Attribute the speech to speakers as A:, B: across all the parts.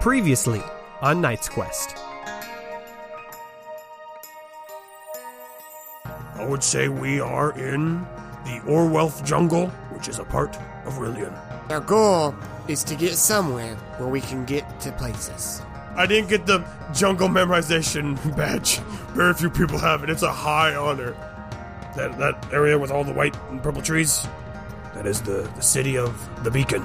A: Previously on Knight's Quest.
B: I would say we are in the Orwelf jungle, which is a part of Rillian.
C: Our goal is to get somewhere where we can get to places.
B: I didn't get the jungle memorization badge. Very few people have it. It's a high honor. That that area with all the white and purple trees, that is the, the city of the beacon.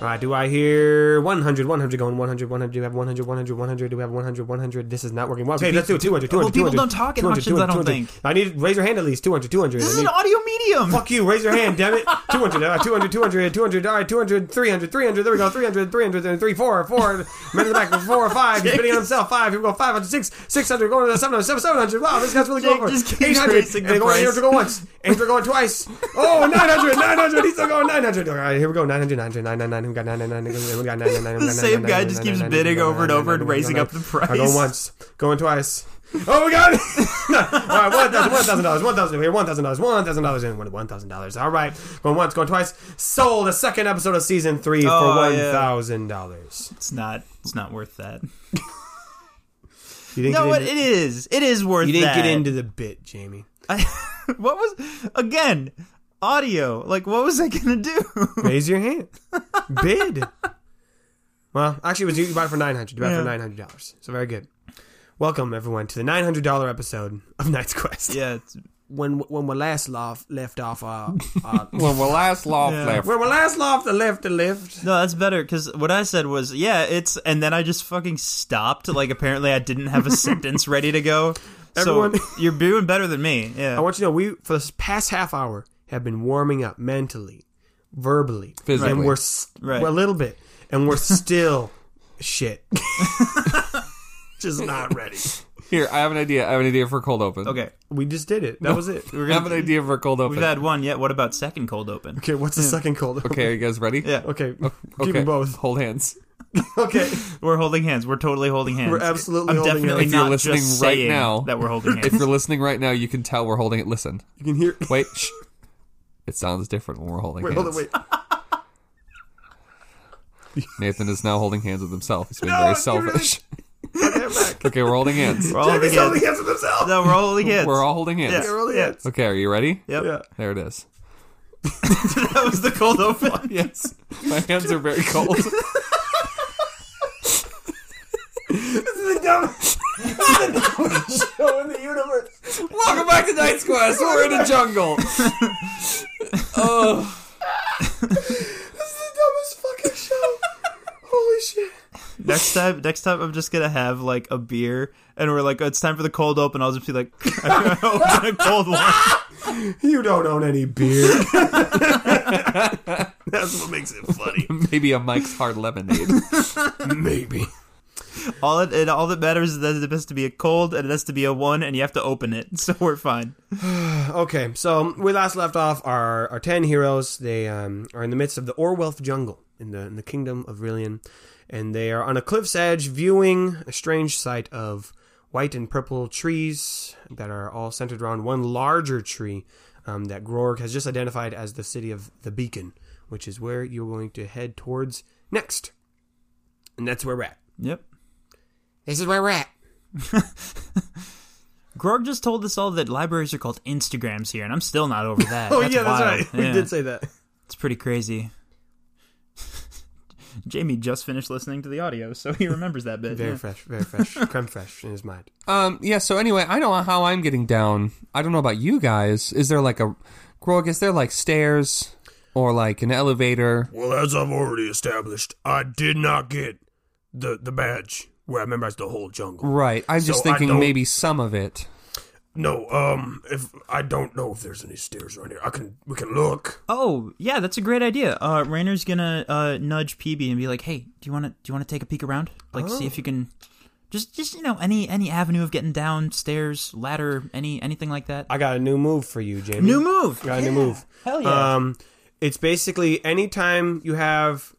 A: All right, do I hear 100, 100 going, 100, 100, do we have 100, 100, 100, do we have 100, 100, this is not working. Well, okay, let's do it, 200, 200,
D: Well, people
A: 200,
D: don't talk in
A: 200,
D: auctions, I
A: 200,
D: don't
A: 200.
D: think.
A: I need, raise your hand at least, 200, 200.
D: This
A: I
D: is
A: need,
D: an audio medium.
A: Fuck you, raise your hand, damn it. 200, uh, 200, 200, 200, all right, 200, 300, 300, there we go, 300, 300, and 3, 4, 4, man in the back, 4, 5, he's bidding on himself, 5, here we go, 500, 6, 600, going to the 700, 700, 700, wow, this guy's really
D: Jake
A: going for it.
D: just keeps
A: 800, and
D: raising
A: they're
D: the
A: going,
D: price.
A: 800 go once, 800 going twice, oh, 900, 900, he's still going 900, all right, here we go, 900, 900, 999, who got 999, who got 999,
D: The same guy just keeps bidding over and over and raising up the price.
A: I go once, going twice. Oh my god! no. All right, one thousand, one thousand dollars, one thousand here, one thousand dollars, one thousand dollars, and one thousand dollars. All right, going once, going twice. Sold the second episode of season three for
D: Oh,
A: one
D: yeah.
A: thousand dollars.
D: It's not. It's not worth that.
A: You didn't,
D: No,
A: get,
D: it,
A: into,
D: it is. It is worth.
A: you didn't
D: that.
A: get into the bit, Jamie.
D: I- what was again? Audio. Like, what was I gonna do?
A: Raise your hand. Bid. Well, actually, it was you, you bought it for nine hundred. You bought it for
D: Yeah.
A: nine hundred dollars. So very good. Welcome everyone to the nine hundred dollar episode of Knight's Quest.
D: yeah. It's,
A: When when we last lof- left off, uh, uh,
E: Well, well, last law
D: Yeah.
E: left.
A: when we last off the left, the lift.
D: no, that's better because what I said was, yeah, it's, and then I just fucking stopped. Like, apparently, I didn't have a sentence ready to go.
A: Everyone-
D: So you're doing better than me. Yeah.
A: I want you to know we for this past half hour have been warming up mentally, verbally,
E: Physically.
A: and we're s
D: Right.
A: we're a little bit, and we're still shit, just not ready.
E: Here, I have an idea. I have an idea for a cold open.
D: okay.
A: We just did it. That was it.
E: I have an idea for a cold open.
D: We've had one yet. What about second cold open?
A: Okay, what's the second cold? open?
E: okay, are you guys ready?
D: Yeah.
A: okay,
E: Okay.
A: keep them both.
E: Hold hands.
A: Okay,
D: We're holding hands. We're totally holding hands.
A: We're absolutely
D: I'm
A: holding
D: definitely
A: hands.
E: If you're
D: not
E: listening
D: just
E: right
D: saying
E: now-
D: that we're holding
E: If
D: hands.
E: you're listening right now, you can tell we're holding it. Listen,
A: you can hear.
E: wait. shh. It sounds different when we're holding
A: Wait,
E: hands.
A: hold on, wait.
E: Nathan is now holding hands with himself. He's being
A: No,
E: very
A: you
E: selfish.
A: Okay, I'm back.
E: okay, we're holding hands.
D: We're all holding
A: Jamie's holding
D: hands.
A: hands with himself.
D: No, we're holding hands.
E: We're all holding hands.
D: Yeah.
A: They're holding hands.
E: Okay, are you ready?
D: Yep.
A: Yeah.
E: There it is.
D: That was the cold open.
E: Yes. My hands are very cold.
A: This is the dumbest show in the universe.
E: Welcome back to Night Quest. We're in a jungle. oh.
A: This is the dumbest fucking show. Holy shit.
D: next time, next time, I'm just gonna have like a beer, and we're like, it's time for the cold open. I'll just be like, I'm gonna open a cold one.
A: You don't own any beer. That's what makes it funny.
E: Maybe a Mike's Hard Lemonade.
A: Maybe.
D: All it, and all that matters is that it has to be a cold, and it has to be a one, and you have to open it. So we're fine.
A: Okay, so um, we last left off our, our ten heroes. They um, are in the midst of the Orwelf jungle in the in the kingdom of Rillian, and they are on a cliff's edge viewing a strange sight of white and purple trees that are all centered around one larger tree um, that Grorg has just identified as the city of the Beacon, which is where you're going to head towards next. And that's where we're at.
D: Yep.
C: This is where we're at.
D: Grog just told us all that libraries are called Instagrams here, and I'm still not over that. wild. Oh, Yeah.
A: say that.
D: It's pretty crazy. Jamie just finished listening to the audio, so he remembers that bit.
A: Very
D: yeah.
A: fresh, very fresh, creme fresh in his mind.
E: Um, yeah, so anyway, I don't know how I'm getting down. I don't know about you guys. Is there like a Grog, is there like stairs or like an elevator?
B: Well, as I've already established, I did not get the the badge where I memorize the whole jungle.
E: Right. I'm just
B: So I
E: thinking
B: don't-
E: maybe some of it.
B: No, um, if I don't know if there's any stairs around here, I can we can look.
D: Oh, yeah, that's a great idea. Uh, Rainer's gonna uh, nudge PB and be like, "Hey, do you want to do you want to take a peek around? Like, see
A: Oh.
D: if you can." Just, just you know, any any avenue of getting downstairs, ladder, any anything like that.
A: I got a new move for you, Jamie.
D: New move.
A: Got a new move.
D: Hell yeah.
A: Um, it's basically anytime you have,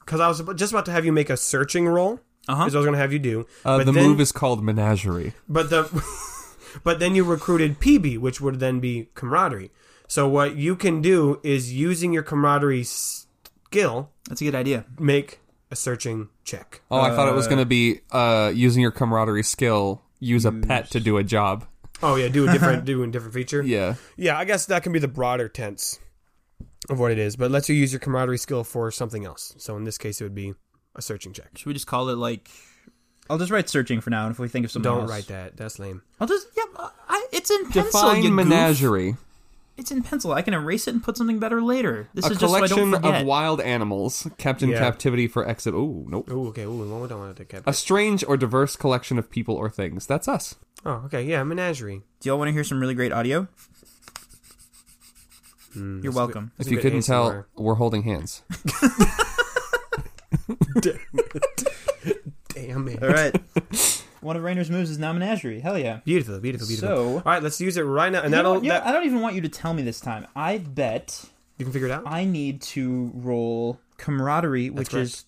A: because I was ab- just about to have you make a searching roll.
D: Uh-huh.
A: Is what I was going to have you do.
E: Uh,
A: but
E: the
A: then,
E: move is called Menagerie.
A: but the, but then you recruited PB, which would then be camaraderie. So what you can do is using your camaraderie skill,
D: That's a good idea.
A: make a searching check.
E: Oh, I thought it was going to be uh, using your camaraderie skill, use a pet to do a job.
A: Oh yeah, do a different, do a different feature.
E: Yeah.
A: Yeah, I guess that can be the broader tense of what it is, but it lets you use your camaraderie skill for something else. So in this case, it would be a searching check.
D: Should we just call it like? I'll just write searching for now, and if we think of something
A: Don't
D: else-
A: write that. That's lame.
D: I'll just yeah. uh, I, it's in pencil.
E: Define
D: You goof.
E: Menagerie.
D: It's in pencil. I can erase it and put something better later. This
E: A
D: is just so I don't
E: collection
D: forget.
E: of wild animals kept in
A: Yeah.
E: captivity for exit. Oh, nope.
A: Ooh, okay. Ooh, well, we don't want to take
E: A
A: that.
E: strange or diverse collection of people or things. That's us.
A: Oh, okay. Yeah, menagerie.
D: Do y'all want to hear some really great audio?
A: Hmm,
D: You're welcome.
E: If
A: a
E: you
A: bit
E: couldn't
A: ASMR.
E: tell, we're holding hands.
A: Damn it.
D: All right. One of Rainer's moves is now menagerie. Hell yeah.
A: Beautiful, beautiful, beautiful.
D: So-
A: All right, let's use it right now, and
D: You know-
A: that'll
D: you know,
A: that,
D: I don't even want you to tell me this time. I bet
A: you can figure it out.
D: I need to roll camaraderie, which
A: correct.
D: is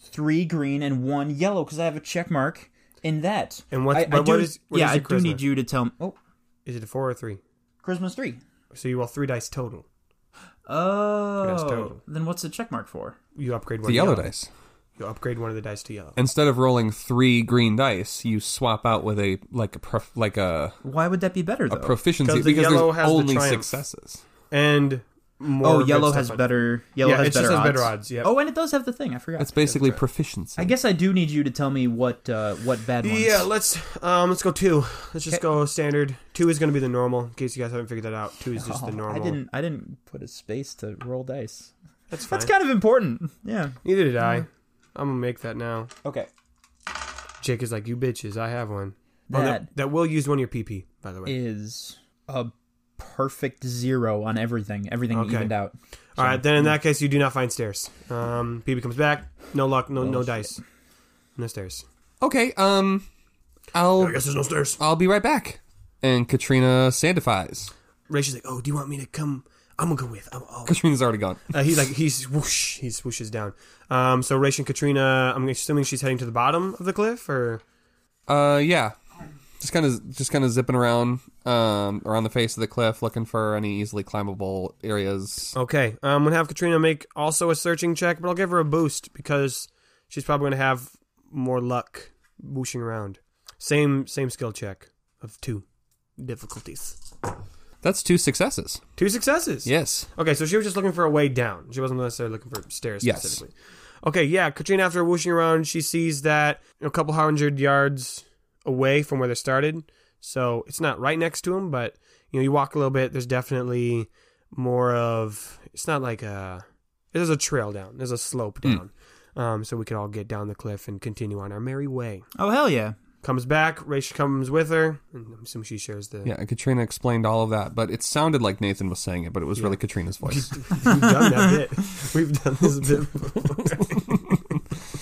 D: three green and one yellow, because I have a check mark in that.
A: And what's-
D: I, I
A: but
D: do,
A: what is- what
D: yeah,
A: is
D: I
A: your
D: do
A: charisma?
D: need you to tell me. Oh,
A: Is it a four or three?
D: Christmas three.
A: So you roll three dice total.
D: Oh,
A: total.
D: then what's the check mark for?
A: You upgrade one
E: The yellow
A: to
E: dice.
A: You upgrade one of the dice to yellow.
E: Instead of rolling three green dice, you swap out with a like a prof, like a,
D: Why would that be better
E: a
D: though?
E: proficiency
A: Because the
E: because
A: yellow
E: there's
A: has the
E: only
A: triumph.
E: successes.
A: And more
D: oh, yellow
A: good
D: has
A: stuff on-
D: better. Yellow
A: Yeah,
D: has
A: it just
D: better
A: has
D: odds.
A: better odds, yep.
D: Oh, and it does have the thing. I forgot.
E: That's basically proficiency.
D: I guess I do need you to tell me what uh, what bad ones.
A: Yeah, let's um let's go two. Let's just go standard. Two is going to be the normal. In case you guys haven't figured that out, two is just the
D: Oh,
A: normal.
D: I didn't. I didn't put a space to roll dice.
A: That's fine.
D: That's kind of important. Yeah.
A: Neither did I. I'm gonna make that now.
D: Okay.
A: Jake is like, you bitches. I have one. Oh,
D: That
A: that, that will use one of your PP, by the way.
D: is a perfect zero on everything. Everything
A: Okay.
D: evened out.
A: All right, then in that case, you do not find stairs. Um, PB comes back. No luck. No, no dice. No stairs.
E: Okay. Um, I'll
B: I guess there's no stairs.
E: I'll be right back. And Katrina sandifies.
A: Rachel's like, "Oh, do you want me to come? I'm gonna go with." I'll, I'll.
E: Katrina's already gone.
A: Uh, he's like, he's whoosh. He swooshes down. Um, so Rachel and Katrina, I'm assuming she's heading to the bottom of the cliff, or
E: Uh, yeah. Just kind of just kind of zipping around um around the face of the cliff, looking for any easily climbable areas.
A: okay. I'm gonna have Katrina make also a searching check, but I'll give her a boost because she's probably gonna have more luck whooshing around. Same same skill check of two difficulties,
E: That's two successes.
A: two successes.
E: Yes.
A: Okay, so she was just looking for a way down. She wasn't necessarily looking for stairs
E: Yes.
A: specifically. Okay, yeah, Katrina, after whooshing around, she sees that a couple hundred yards away from where they started. So it's not right next to him, but you know, you walk a little bit. There's definitely more of. It's not like a. There's a trail down. There's a slope
E: Hmm.
A: down. Um, so we could all get down the cliff and continue on our merry way.
D: Oh hell yeah!
A: Comes back. Raish comes with her. And I'm assuming she shares the.
E: Yeah, and Katrina explained all of that, but it sounded like Nathan was saying it, but it was really Katrina's voice.
A: We've done that bit. We've done this bit.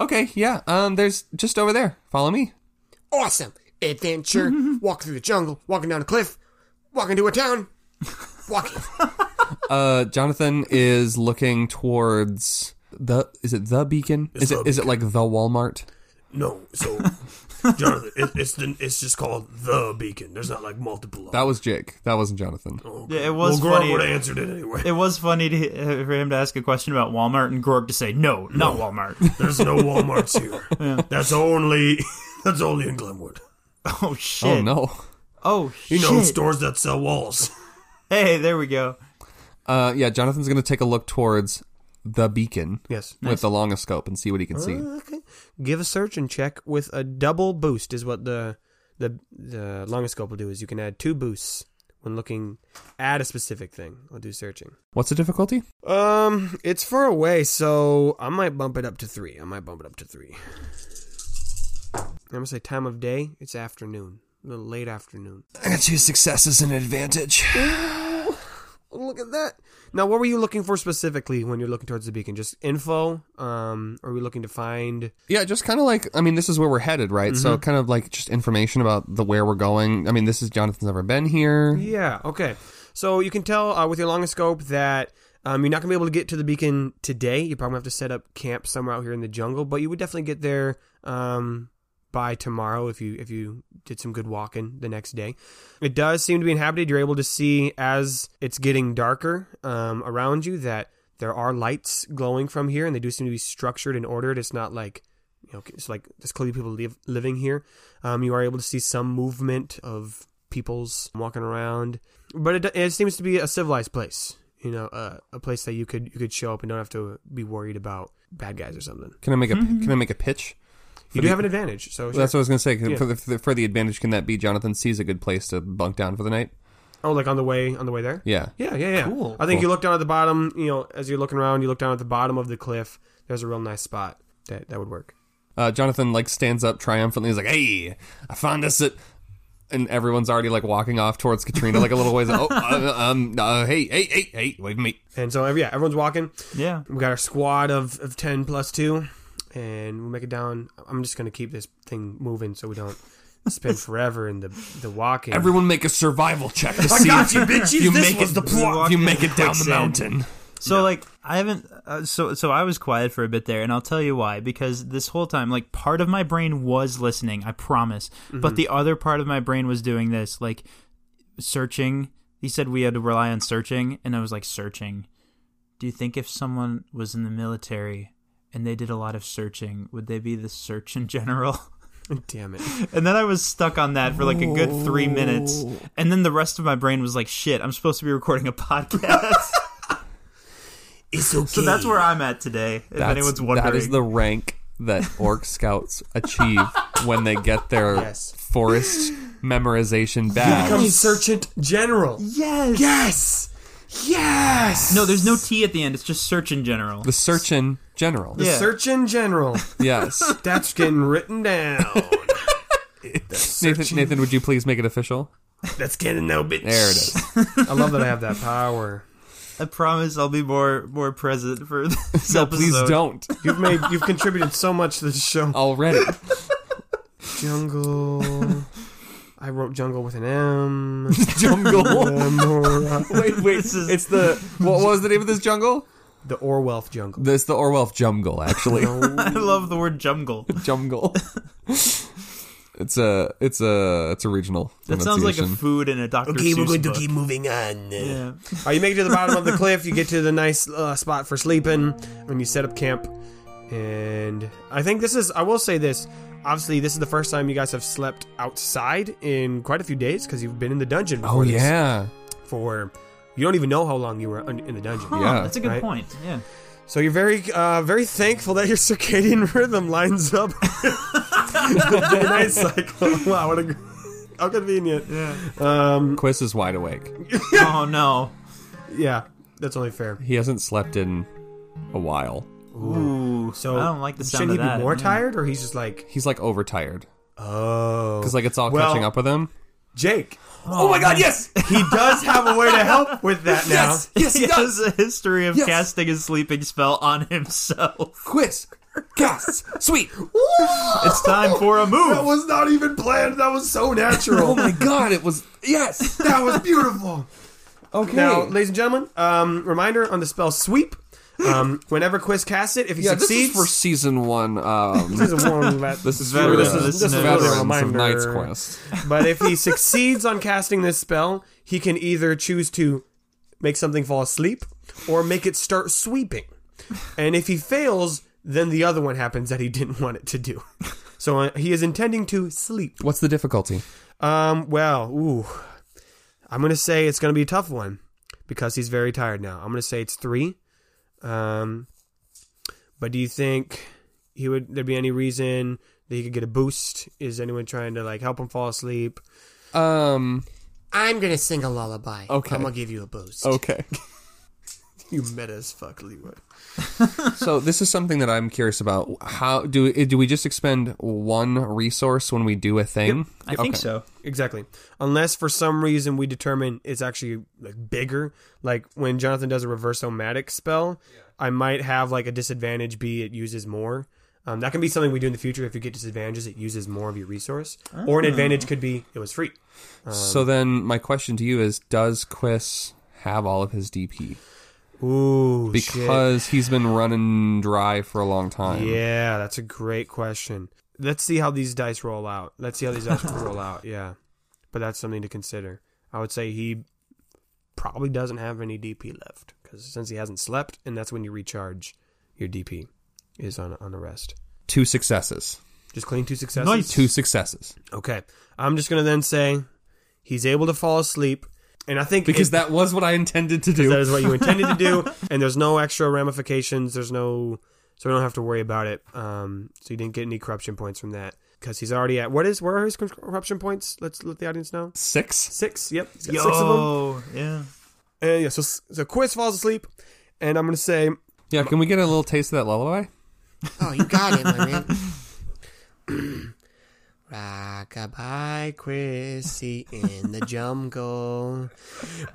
E: okay, yeah. Um, there's just over there. Follow me.
C: Awesome. Adventure. Walk through the jungle, walking down a cliff, walking to a town, walking.
E: Uh, Jonathan is looking towards the. Is it the beacon? Is it?
B: the
E: Is it like the Walmart?
B: No, so Jonathan, it, it's the, it's just called the beacon. There's not like multiple. Of
E: That was Jake. That wasn't Jonathan.
B: okay.
D: Yeah, it was
B: well, Gorm
D: funny.
B: would have answered it anyway.
D: It was funny to, uh, for him to ask a question about Walmart and Gorg to say no, not Walmart.
B: There's no WalMarts here. That's only that's only in Glenwood.
D: oh shit!
E: Oh no.
D: Oh
B: You
D: shit!
B: know, stores that sell walls.
D: hey, there we go.
E: Uh, yeah. Jonathan's gonna take a look towards the beacon
A: Yes.
E: with the longoscope and see what he can see.
A: Okay. Give a search and check with a double boost is what the the the longest scope will do is you can add two boosts when looking at a specific thing. I'll do searching.
E: What's the difficulty?
A: Um, it's far away, so I might bump it up to three. I might bump it up to three. I'm gonna say time of day. It's afternoon, a little late afternoon.
E: I got two successes and an advantage.
A: Look at that. Now, what were you looking for specifically when you're looking towards the beacon? Just info? Um, are we looking to find?
E: Yeah, just kind of like I mean, this is where we're headed, right? So kind of like just information about the where we're going. I mean, this is Jonathan's never been here.
A: Yeah. Okay. So you can tell uh, with your longoscope that um, you're not gonna be able to get to the beacon today. You probably have to set up camp somewhere out here in the jungle, but you would definitely get there um, by tomorrow if you if you did some good walking the next day. It does seem to be inhabited. You're able to see as it's getting darker um, around you that there are lights glowing from here, and they do seem to be structured and ordered. It's not like you know, it's like there's clearly people live, living here. Um, you are able to see some movement of people's walking around, but it, it seems to be a civilized place. You know, uh, a place that you could you could show up and don't have to be worried about bad guys or something.
E: Can I make a Can I make a pitch?
A: You do have an advantage, so
E: That's what
A: sure.
E: I was gonna say.
A: Yeah.
E: For, the, for the for the advantage, can that be Jonathan sees a good place to bunk down for the night?
A: oh, like on the way on the way there.
E: Yeah.
A: Yeah, yeah, yeah.
D: Cool.
A: I think you look down at the bottom, you know, as you're looking around, you look down at the bottom of the cliff. There's a real nice spot that that would work.
E: Uh, Jonathan like stands up triumphantly. He's like, "Hey, I found us at," and everyone's already like walking off towards Katrina like a little ways. oh, uh, um, uh, hey, hey, hey, hey, wave me.
A: And so, yeah, everyone's walking.
D: Yeah.
A: We got our squad of, of 10 plus 2, and we'll make it down. I'm just going to keep this thing moving so we don't spend forever in the, the walking.
E: Everyone make a survival check to see
B: got
E: if
B: you, bitches.
E: You
B: This
E: make
B: was
E: it,
B: the plot.
E: if You make it down the
B: Quicksand.
E: mountain.
D: So like I haven't uh, so so I was quiet for a bit there and I'll tell you why because this whole time like part of my brain was listening, I promise. But the other part of my brain was doing this like searching. He said we had to rely on searching and I was like searching. Do you think if someone was in the military and they did a lot of searching, would they be the search in general?
A: Damn it.
D: And then I was stuck on that for like a good three minutes. And then the rest of my brain was like, shit, I'm supposed to be recording a podcast.
B: It's okay.
D: So that's where I'm at today. If
E: That's-
D: anyone's wondering,
E: That is the rank that Orc Scouts achieve when they get their
A: Yes.
E: forest memorization badge.
B: Become Sergeant General.
D: yes,
B: Yes. Yes.
D: No, there's no T at the end. It's just search in general.
E: the search in general.
D: yeah.
A: Surgeon General.
E: Yes.
A: That's getting written down.
E: Nathan, Nathan, would you please make it official?
B: That's getting no bitch.
E: There it is.
A: I love that I have that power.
D: I promise I'll be more more present for this
E: No,
D: episode.
E: please don't.
A: You've made you've contributed so much to this show.
E: Already.
A: Jungle. I wrote jungle with an M.
E: jungle.
A: Memora-
E: wait, wait.
D: is-
E: It's the. What was the name of this jungle?
A: the Orwelf jungle.
E: It's the Orwell jungle, actually.
D: I love the word jungle.
E: jungle. It's a it's a it's a regional.
D: That sounds like a
E: pronunciation.
D: food in a Dr.
B: Okay, we're
D: Seuss
B: going to
D: book.
B: keep moving on.
D: Yeah.
A: Uh, you make it to the bottom of the cliff. You get to the nice uh, spot for sleeping, and you set up camp. And I think this is. I will say this. Obviously, this is the first time you guys have slept outside in quite a few days because you've been in the dungeon. Before
E: Oh
A: this
E: yeah.
A: for you don't even know how long you were un- in the dungeon.
D: Huh,
E: Yeah,
D: Oh, that's a good
A: right.
D: point. Yeah.
A: So you're very, uh, very thankful that your circadian rhythm lines up. with the day-night cycle. Wow, what a gr- how convenient. Yeah. Um.
E: Quiz is wide awake.
D: oh no.
A: Yeah. That's only fair.
E: He hasn't slept in a while.
D: Ooh.
A: So
D: I don't like the sound
A: Shouldn't
D: of
A: he
D: that.
A: be more
D: Mm.
A: tired, or he's just like,
E: He's like overtired
A: oh,
E: because like it's all
A: Well-
E: catching up with him.
A: Jake.
E: Oh, my god, yes,
A: He does have a way to help with that now.
E: yes,
D: He has a history of casting a sleeping spell on himself.
E: Quiz, gas, sweet.
D: It's time for a
B: That
D: move.
B: was not even planned. That was so natural.
E: Oh my god, it was yes.
B: that was beautiful.
E: Okay,
A: Now, ladies and gentlemen, um, reminder on the spell sweep. Um, whenever Quiz casts it, if he
E: yeah, this is
A: succeeds,
E: for season one. Um,
A: this is a warning that-
E: this is
D: Veterans of
E: for, uh,
D: the
E: this is
D: Snow.
E: veterans of
A: Reminder.
E: Knight's Quest.
A: But if he succeeds on casting this spell, he can either choose to make something fall asleep or make it start sweeping. And if he fails, then the other one happens that he didn't want it to do. So uh, he is intending to sleep.
E: What's the difficulty?
A: Um, well, ooh. I'm going to say it's going to be a tough one because he's very tired now. I'm going to say it's three. Um, but do you think he would, there be any reason that he could get a boost? Is anyone trying to like help him fall asleep?
E: Um,
C: I'm gonna sing a lullaby.
E: Okay.
C: I'm gonna give you a boost.
E: okay.
A: You meta as fuck, Leroy.
E: So this is something that I'm curious about. How do do we just expend one resource when we do a thing?
D: I think
E: Okay.
D: so.
A: Exactly. Unless for some reason we determine it's actually like bigger. Like when Jonathan does a reverse omatic spell, I might have like a disadvantage be it uses more. Um, that can be something we do in the future. If you get disadvantages, it uses more of your resource. Or an advantage could be it was free.
E: so then my question to you is: Does Quiss have all of his DP
A: Ooh, shit.
E: because he's been running dry for a long time?
A: yeah, that's a great question. Let's see how these dice roll out. Let's see how these dice roll out. Yeah, but that's something to consider. I would say he probably doesn't have any DP left because since he hasn't slept, and that's when you recharge your DP is on on a rest.
E: Two successes.
A: Just clean two successes.
E: Two successes
A: Okay, I'm just gonna then say he's able to fall asleep, and I think
E: because
A: it-
E: that was what I intended to do.
A: that is what you intended to do, and there's no extra ramifications. There's no, so we don't have to worry about it. Um, so you didn't get any corruption points from that because he's already at what is where are his cor- corruption points? Let's let the audience know.
E: Six.
A: Six. Yep, he's got
D: Yo,
A: six of them.
D: Oh, yeah.
A: And yeah, so so Quiz falls asleep, and I'm gonna say
E: Yeah. Can we get a little taste of that lullaby?
C: Oh, you got it, my man. Rockabye Chrissy in the jungle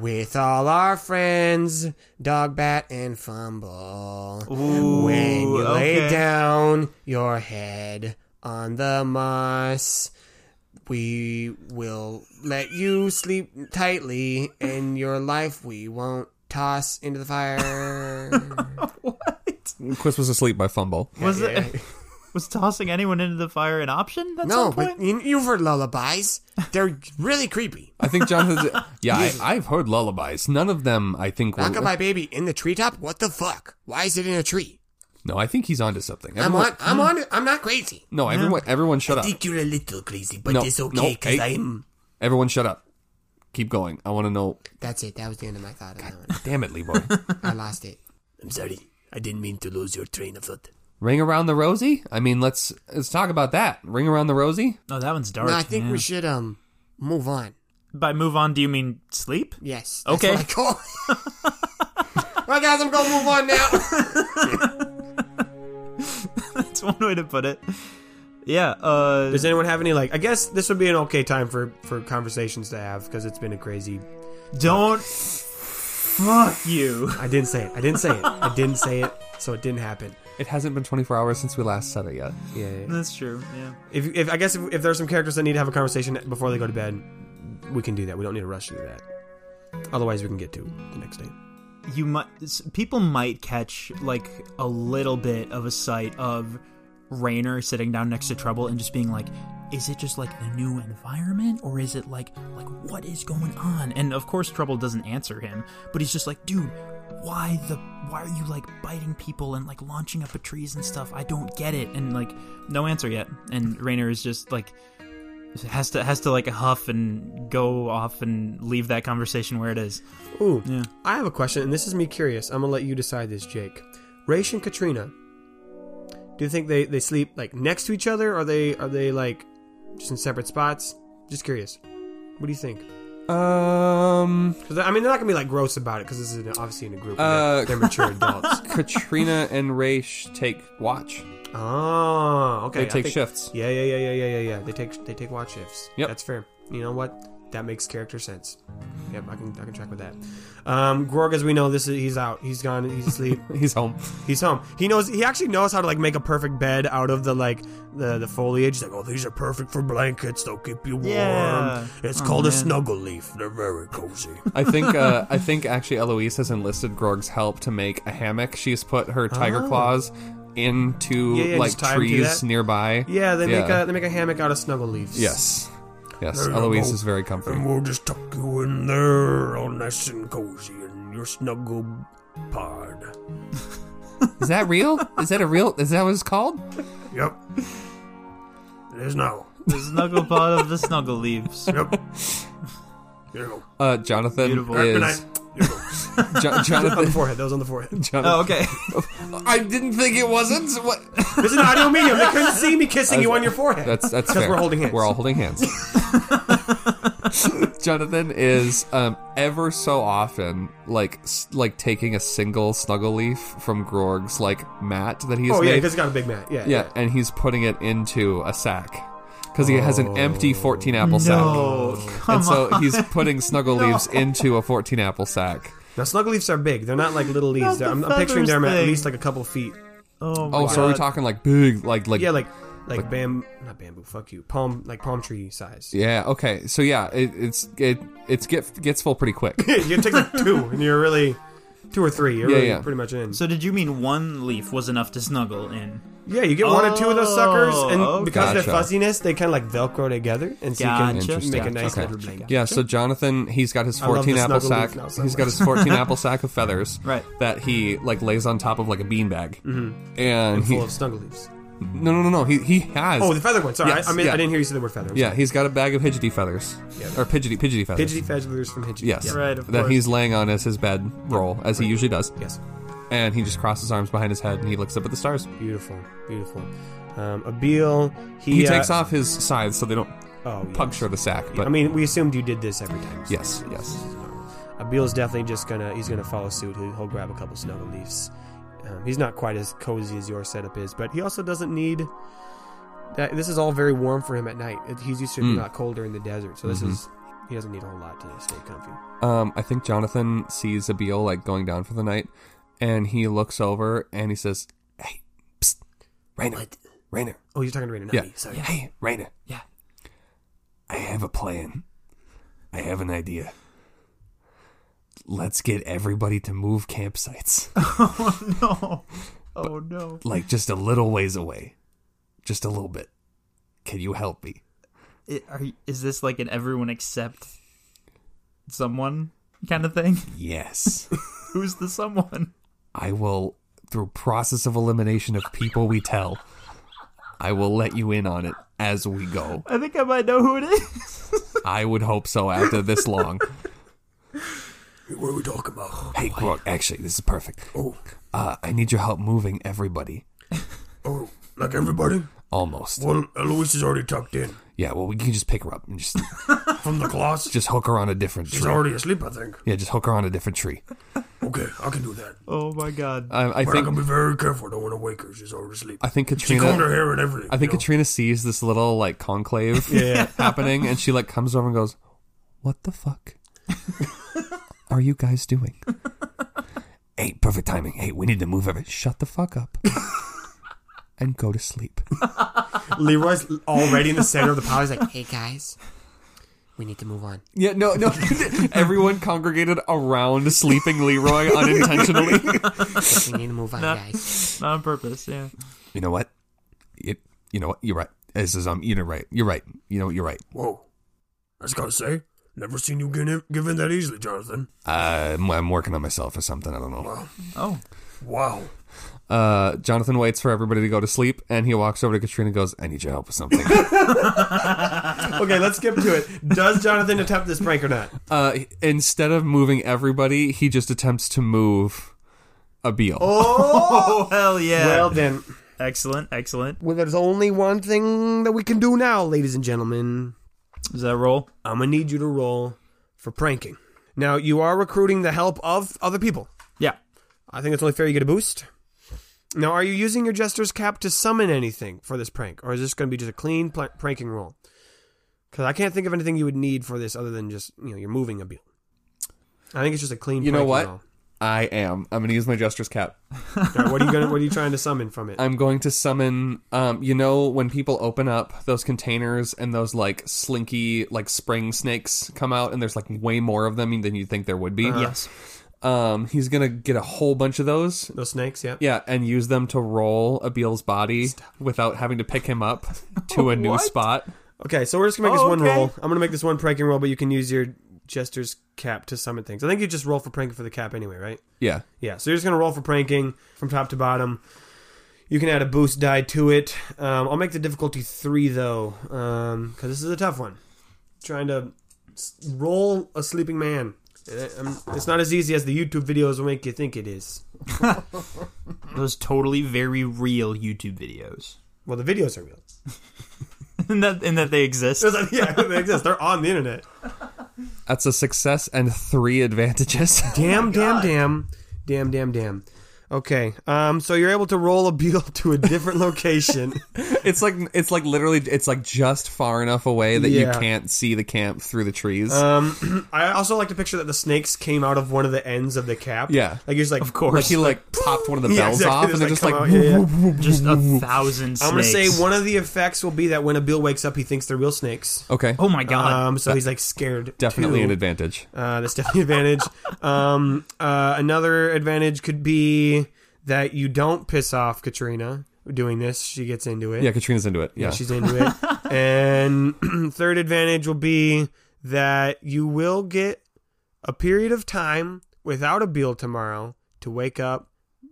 C: with all our friends, Dogbat and Fumble. when you lay
D: okay.
C: down your head on the moss, we will let you sleep tightly, and your life we won't toss into the fire.
E: Quiss was asleep by fumble.
D: Was it? Was tossing anyone into the fire an option at
C: No,
D: some point?
C: but you, you've heard lullabies. They're really creepy.
E: I think Jonathan's. yeah, I, I've heard lullabies. None of them, I think. Were,
C: Rock my baby in the treetop. What the fuck? Why is it in a tree?
E: no, I think he's onto something.
C: I'm
E: Everyone-
C: on.
D: Hmm.
C: I'm on. I'm not crazy.
E: No, everyone, everyone, shut up.
C: think you're a little crazy, but
E: No,
C: it's
E: no,
C: okay because
E: hey.
C: I'm.
E: Everyone, shut up. Keep going. I want to know.
C: That's it. That was the end of my thought. on that
E: Damn it, Leroy.
C: one. I lost it.
B: I'm sorry. I didn't mean to lose your train of thought.
E: Ring around the rosy. I mean, let's let's talk about that. Ring around the rosy.
D: Oh, that one's dark.
C: No, I think
D: yeah.
C: we should um move on.
D: By move on, do you mean sleep?
C: Yes. That's
D: Okay.
C: What I call. well, guys, I'm gonna move on now.
D: That's one way to put it. Yeah. Uh,
A: Does anyone have any like? I guess this would be an okay time for for conversations to have because it's been a crazy.
D: don't fuck you.
A: I didn't say it. I didn't say it. I didn't say it. So it didn't happen.
E: It hasn't been 24 hours since we last said it yet.
A: Yeah. yeah.
D: That's true. Yeah.
A: If, if I guess if, if there's some characters that need to have a conversation before they go to bed, we can do that. We don't need to rush through that. Otherwise, we can get to the next day.
D: you might s- people might catch like a little bit of a sight of Rainer sitting down next to Trouble and just being like, "Is it just like the new environment, or is it like like what is going on?" And of course, Trouble doesn't answer him, but he's just like, "Dude, why the why are you like biting people and like launching up at trees and stuff? I don't get it." And like no answer yet, and Rainer is just like has to has to like huff and go off and leave that conversation where it is.
A: Ooh,
D: Yeah.
A: I have a question, and this is me curious. I'm gonna let you decide this, Jake. Raish and Katrina. Do you think they, they sleep like next to each other? Are they are they like just in separate spots? Just curious. What do you think?
E: Um,
A: 'Cause, I mean, they're not gonna be like gross about it because this is in- obviously in a group. and
E: Uh,
A: they're, they're mature adults.
E: Katrina and Raish take watch.
A: Oh, okay.
E: They
A: I
E: take
A: think-
E: shifts.
A: Yeah, yeah, yeah, yeah, yeah, yeah, yeah. They take they take watch shifts.
E: Yep.
A: that's fair. You know what? That makes character sense. Yep, I can I can track with that. Um, Gorg, as we know, this is he's out. He's gone. He's asleep.
E: He's home.
A: he's home. He knows. He actually knows how to like make a perfect bed out of the like the the foliage. Like,
B: Like, oh, these are perfect for blankets. They'll keep you warm.
D: Yeah.
B: It's
D: Oh,
B: called a
D: man.
B: snuggle leaf. They're very cozy.
E: I think uh, I think actually Eloise has enlisted Grog's help to make a hammock. She's put her tiger claws into
A: Oh. Yeah, yeah,
E: like
A: just tie 'em to
E: trees
A: that.
E: nearby.
A: yeah, they make a they make a hammock out of snuggle leaves.
E: yes, yes.
B: There you
E: Eloise
B: go.
E: is very comforting.
B: and we'll just tuck you in there, all nice and cozy, in your snuggle pod.
E: Is that real? Is that a real? Is that what it's called?
B: Yep. It is now.
D: The snuggle pod of the snuggle leaves.
B: Yep. Here you go.
E: Uh, Jonathan
D: Beautiful.
E: is
B: Good night. Here you go.
E: Jo- Jonathan.
A: on the forehead. That was on the forehead.
E: Jonathan.
D: Oh, okay.
E: I didn't think it wasn't. What?
A: This is an audio medium. They couldn't see me kissing you on your forehead.
E: That's that's
A: because
E: fair.
A: we're holding hands.
E: We're all holding hands. Jonathan is um, ever so often like s- like taking a single snuggle leaf from Gorg's like mat that he's
A: Oh yeah,
E: made.
A: because got a big mat. Yeah,
E: yeah, and he's putting it into a sack because he has an empty fourteen apple
D: No,
E: sack.
D: come
E: and so he's putting snuggle leaves into a fourteen apple sack.
A: Now snuggle leaves are big. They're not like little leaves.
D: the
A: They're- I'm, I'm picturing
D: feathers
A: them at
D: thing.
A: least like a couple feet.
D: Oh, my
E: Oh, so are we
A: God.
E: talking like big, like like
A: Yeah, like like, bam, not bamboo. Fuck you. Palm like palm tree size.
E: Yeah, Okay. So yeah, it, it's it it's get gets full pretty quick.
A: you take like two, and you're really two or three. You're
E: Yeah,
A: really
E: yeah.
A: pretty much in.
D: So did you mean one leaf was enough to snuggle in?
A: yeah, you get one or two of those suckers, and
D: Oh,
A: because of
E: gotcha.
A: their fussiness, they kind of like velcro together, and so you
D: Gotcha.
A: can just make a
E: Interesting.
A: nice
E: Okay.
A: little blanket.
E: Yeah, so Jonathan, he's got his
A: love
E: 14
A: the
E: apple
A: snuggle leaf
E: sack.
A: now
E: He's got his 14 apple sack of feathers
D: Right.
E: that he like lays on top of like a beanbag. Mm-hmm. And he
A: full of snuggle leaves.
E: No, no, no, no. He he has
A: Oh, the feather one. Sorry,
E: Yes,
A: I, I mean
E: yeah.
A: I didn't hear you say the word feather. I'm
E: Yeah, he's got a bag of fidgety feathers. Or fidgety pidgety feathers.
A: Pidgety feathers from Hitchy.
E: Yes.
D: Right, of
E: that
D: course.
E: he's laying on as his bed roll as he usually does.
A: Yes.
E: And he just crosses his arms behind his head and he looks up at the stars.
A: Beautiful. Beautiful. Um, Abil, he,
E: He
A: uh,
E: takes off his sides so they don't
A: Oh, yes.
E: puncture the sack, but
A: I mean, we assumed you did this every time. so-
E: yes, yes.
A: Abil's definitely just gonna he's gonna follow suit. He'll, he'll grab a couple snuggle leaves. Um, he's not quite as cozy as your setup is, but he also doesn't need. That, this is all very warm for him at night. It- He's used to it not colder in the desert, so this is he doesn't need a whole lot to stay comfy.
E: Um, I think Jonathan sees Abiel like going down for the night, and he looks over and he says, "Hey, psst, Rainer, Rainer,
A: Oh, you're talking to Raina, not
E: yeah,
A: me. Sorry.
E: hey, Rainer,
D: Yeah.
E: I have a plan. I have an idea. Let's get everybody to move campsites,
D: No. Oh no.
E: like just a little ways away, just a little bit. Can you help me?"
D: I are, you- is this like an everyone except someone kind of thing?
E: Yes,
D: Who's the someone?
E: I will. Through process of elimination of people we tell, I will let you in on it as we go.
D: I think I might know who it is.
E: I would hope so after this long.
B: What are we talking about?
E: hey, Grog, actually, this is perfect. Uh, I need your help moving everybody.
B: Oh, like everybody?
E: Almost.
B: Well, Eloise is already tucked in
E: Yeah, well, we can just pick her up and just
B: from the closet.
E: just hook her on a different
B: She's
E: tree.
B: already asleep, I think.
E: Yeah, just hook her on a different tree.
B: Okay, I can do that.
D: Oh my god.
E: I, I
B: But I can
E: think
B: be very careful. I don't want to wake her. She's already asleep.
E: I think
B: She combed her
E: Katrina.
B: hair and everything.
E: I think
B: you know?
E: Katrina sees this little like conclave happening, and she like comes over and goes, "What the fuck are you guys doing?" hey, perfect timing. Hey, we need to move everything. Shut the fuck up and go to sleep.
A: Leroy's already in the center of the
C: I was like, hey guys, we need to move on.
E: Yeah, no, no. Everyone congregated around sleeping Leroy unintentionally.
C: We need to move on, guys.
D: Not on purpose, yeah.
E: you know what? It, you know what? You're right. This is um. You're right. You're right. You know what? You're right.
B: Whoa. I just gotta say, never seen you give in, give in that easily, Jonathan.
E: Uh, I'm, I'm working on myself or something. I don't know.
D: Oh.
B: Wow.
E: Uh, Jonathan waits for everybody to go to sleep, and he walks over to Katrina. and Goes, I need your help with something.
A: Okay, let's skip to it. Does Jonathan attempt this prank or not?
E: uh, instead of moving everybody, he just attempts to move a Beal.
D: Oh hell yeah.
A: Well then,
D: excellent, excellent.
A: well, there's only one thing that we can do now, ladies and gentlemen.
D: Is that a roll?
A: I'm gonna need you to roll for pranking. Now you are recruiting the help of other people.
D: Yeah.
A: I think it's only fair you get a boost. Now, are you using your jester's cap to summon anything for this prank, or is this going to be just a clean pl- pranking roll? Because I can't think of anything you would need for this other than just you know you're moving a bill. I think it's just a clean.
E: You know
A: pranking
E: what?
A: Roll.
E: I am. I'm gonna use my jester's cap.
A: All right, what are you gonna? What are you trying to summon from it?
E: I'm going to summon. Um, you know when people open up those containers and those like slinky like spring snakes come out, and there's like way more of them than you think there would
A: Uh-huh.
E: be.
D: Yes.
E: Um, he's gonna get a whole bunch of those.
A: Those snakes, yeah.
E: Yeah, and use them to roll Abiel's body without having to pick him up to a new
D: What?
E: spot.
A: Okay, so we're just gonna make
D: Oh,
A: this one
D: okay.
A: roll. I'm gonna make this one pranking roll, but you can use your jester's cap to summon things. I think you just roll for pranking for the cap anyway, right?
E: Yeah.
A: Yeah, so you're just gonna roll for pranking from top to bottom. You can add a boost die to it. Um, I'll make the difficulty three though, because this is a tough one. Trying to s- roll a sleeping man. Eh, um, It's not as easy as the YouTube videos will make you think it is.
D: Those totally very real YouTube videos.
A: Well, the videos are real.
D: and that and that they exist.
A: yeah, they exist. They're on the internet.
E: That's a success and three advantages.
A: Damn, damn, damn, damn, damn, damn. Okay, um, so you're able to roll a beetle to a different location.
E: it's like it's like literally it's like just far enough away that
A: Yeah.
E: you can't see the camp through the trees.
A: Um, I also like to picture that the snakes came out of one of the ends of the cap.
E: Yeah.
A: like you're just like,
D: Of course.
E: like he like popped one of the
A: Yeah,
E: bells
A: exactly,
E: off, and
A: just
E: they're
A: like
E: just
A: come
E: like,
A: out, yeah, yeah.
D: Just a thousand snakes.
A: I'm gonna say one of the effects will be that when a beetle wakes up, he thinks they're real snakes.
E: okay,
D: Oh my god.
A: Um, so he's like scared.
E: definitely
A: too.
E: an advantage.
A: Uh, that's definitely an advantage. Um, uh, another advantage could be that you don't piss off Katrina doing this. She gets into it.
E: Yeah, Katrina's into it. Yeah,
A: She's into it. and third advantage will be that you will get a period of time without a Beal tomorrow to wake up,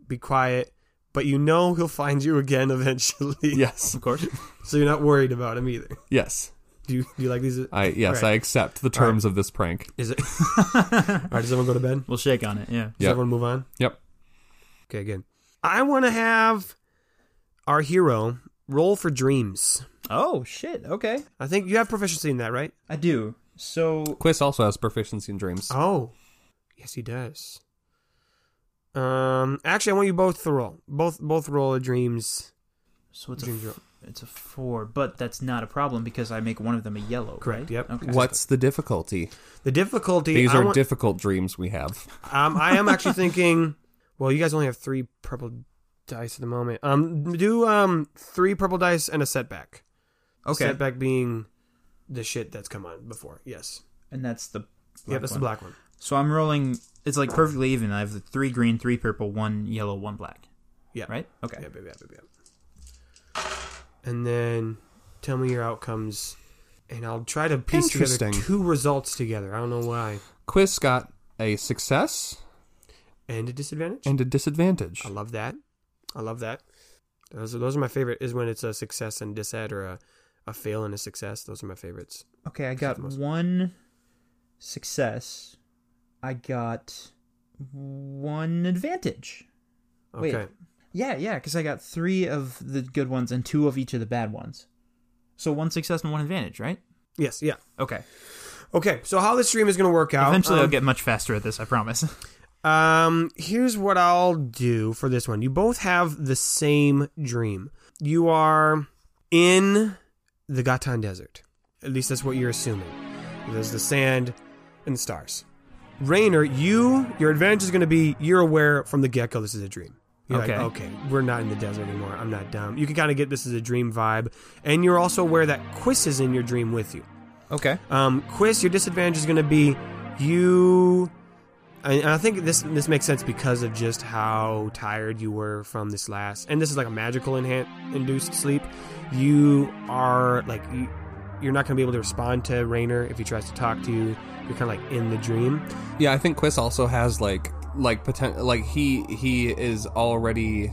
A: be quiet, but you know he'll find you again eventually.
E: yes,
D: of course.
A: So you're not worried about him either.
E: yes.
A: Do you, do you like these?
E: I yes,
A: Right.
E: I accept the terms of this prank.
A: Is it? All right, does everyone go to bed?
D: We'll shake on it. Yeah.
A: Does
E: Yep.
A: everyone move on?
E: Yep.
A: Okay, good. I want to have our hero roll for dreams.
D: Oh shit. Okay.
A: I think you have proficiency in that, right?
D: I do. So
E: Quiz also has proficiency in dreams.
A: Oh, yes, he does. Um, actually, I want you both to roll. Both both roll a dreams.
D: so it's a
A: Dreams roll.
D: it's a four, but that's not a problem because I make one of them a yellow.
A: Correct,
D: right?
A: yep.
D: Okay.
E: What's the difficulty?
A: The difficulty.
E: These
A: I
E: are
A: want-
E: difficult dreams we have.
A: um, I am actually thinking. Well, you guys only have three purple dice at the moment. Um, do um three purple dice and a setback.
D: Okay.
A: Setback being the shit that's come on before. Yes.
D: And that's the.
A: yep, that's
D: one.
A: the black one.
D: So I'm rolling. It's like perfectly even. I have the three green, three purple, one yellow, one black.
A: Yeah.
D: Right. Okay.
A: Yep, yep, yep, yep, yep. And then tell me your outcomes, and I'll try to piece together
E: Interesting.
A: two results together. I don't know why.
E: Quiz got a success
A: and a disadvantage.
E: and a disadvantage.
A: I love that. I love that. Those are, those are my favorite. Is when it's a success and disad or a, a fail and a success. Those are my favorites.
D: Okay. I got one success. I got one advantage. Wait.
A: Okay.
D: Yeah, yeah, because I got three of the good ones and two of each of the bad ones. So one success and one advantage, right?
A: Yes. Yeah.
D: Okay.
A: Okay. So how this stream is going to work out?
D: Eventually, I'll
A: um,
D: get much faster at this. I promise.
A: Um, here's what I'll do for this one. You both have the same dream. You are in the Gatan Desert. At least that's what you're assuming. There's the sand and the stars. Rainer, you your advantage is going to be you're aware from the get go this is a dream. You're
D: Okay.
A: Like, okay, we're not in the desert anymore. I'm not dumb. You can kind of get this is a dream vibe, and you're also aware that Quiss is in your dream with you.
D: okay.
A: Um, Quiz, your disadvantage is going to be you. And and I think this this makes sense because of just how tired you were from this last, and this is like a magical enhan- induced sleep. You are like you, you're not going to be able to respond to Rainer if he tries to talk to you. You're kind of like in the dream.
E: Yeah, I think Quiz also has like like poten- like he he is already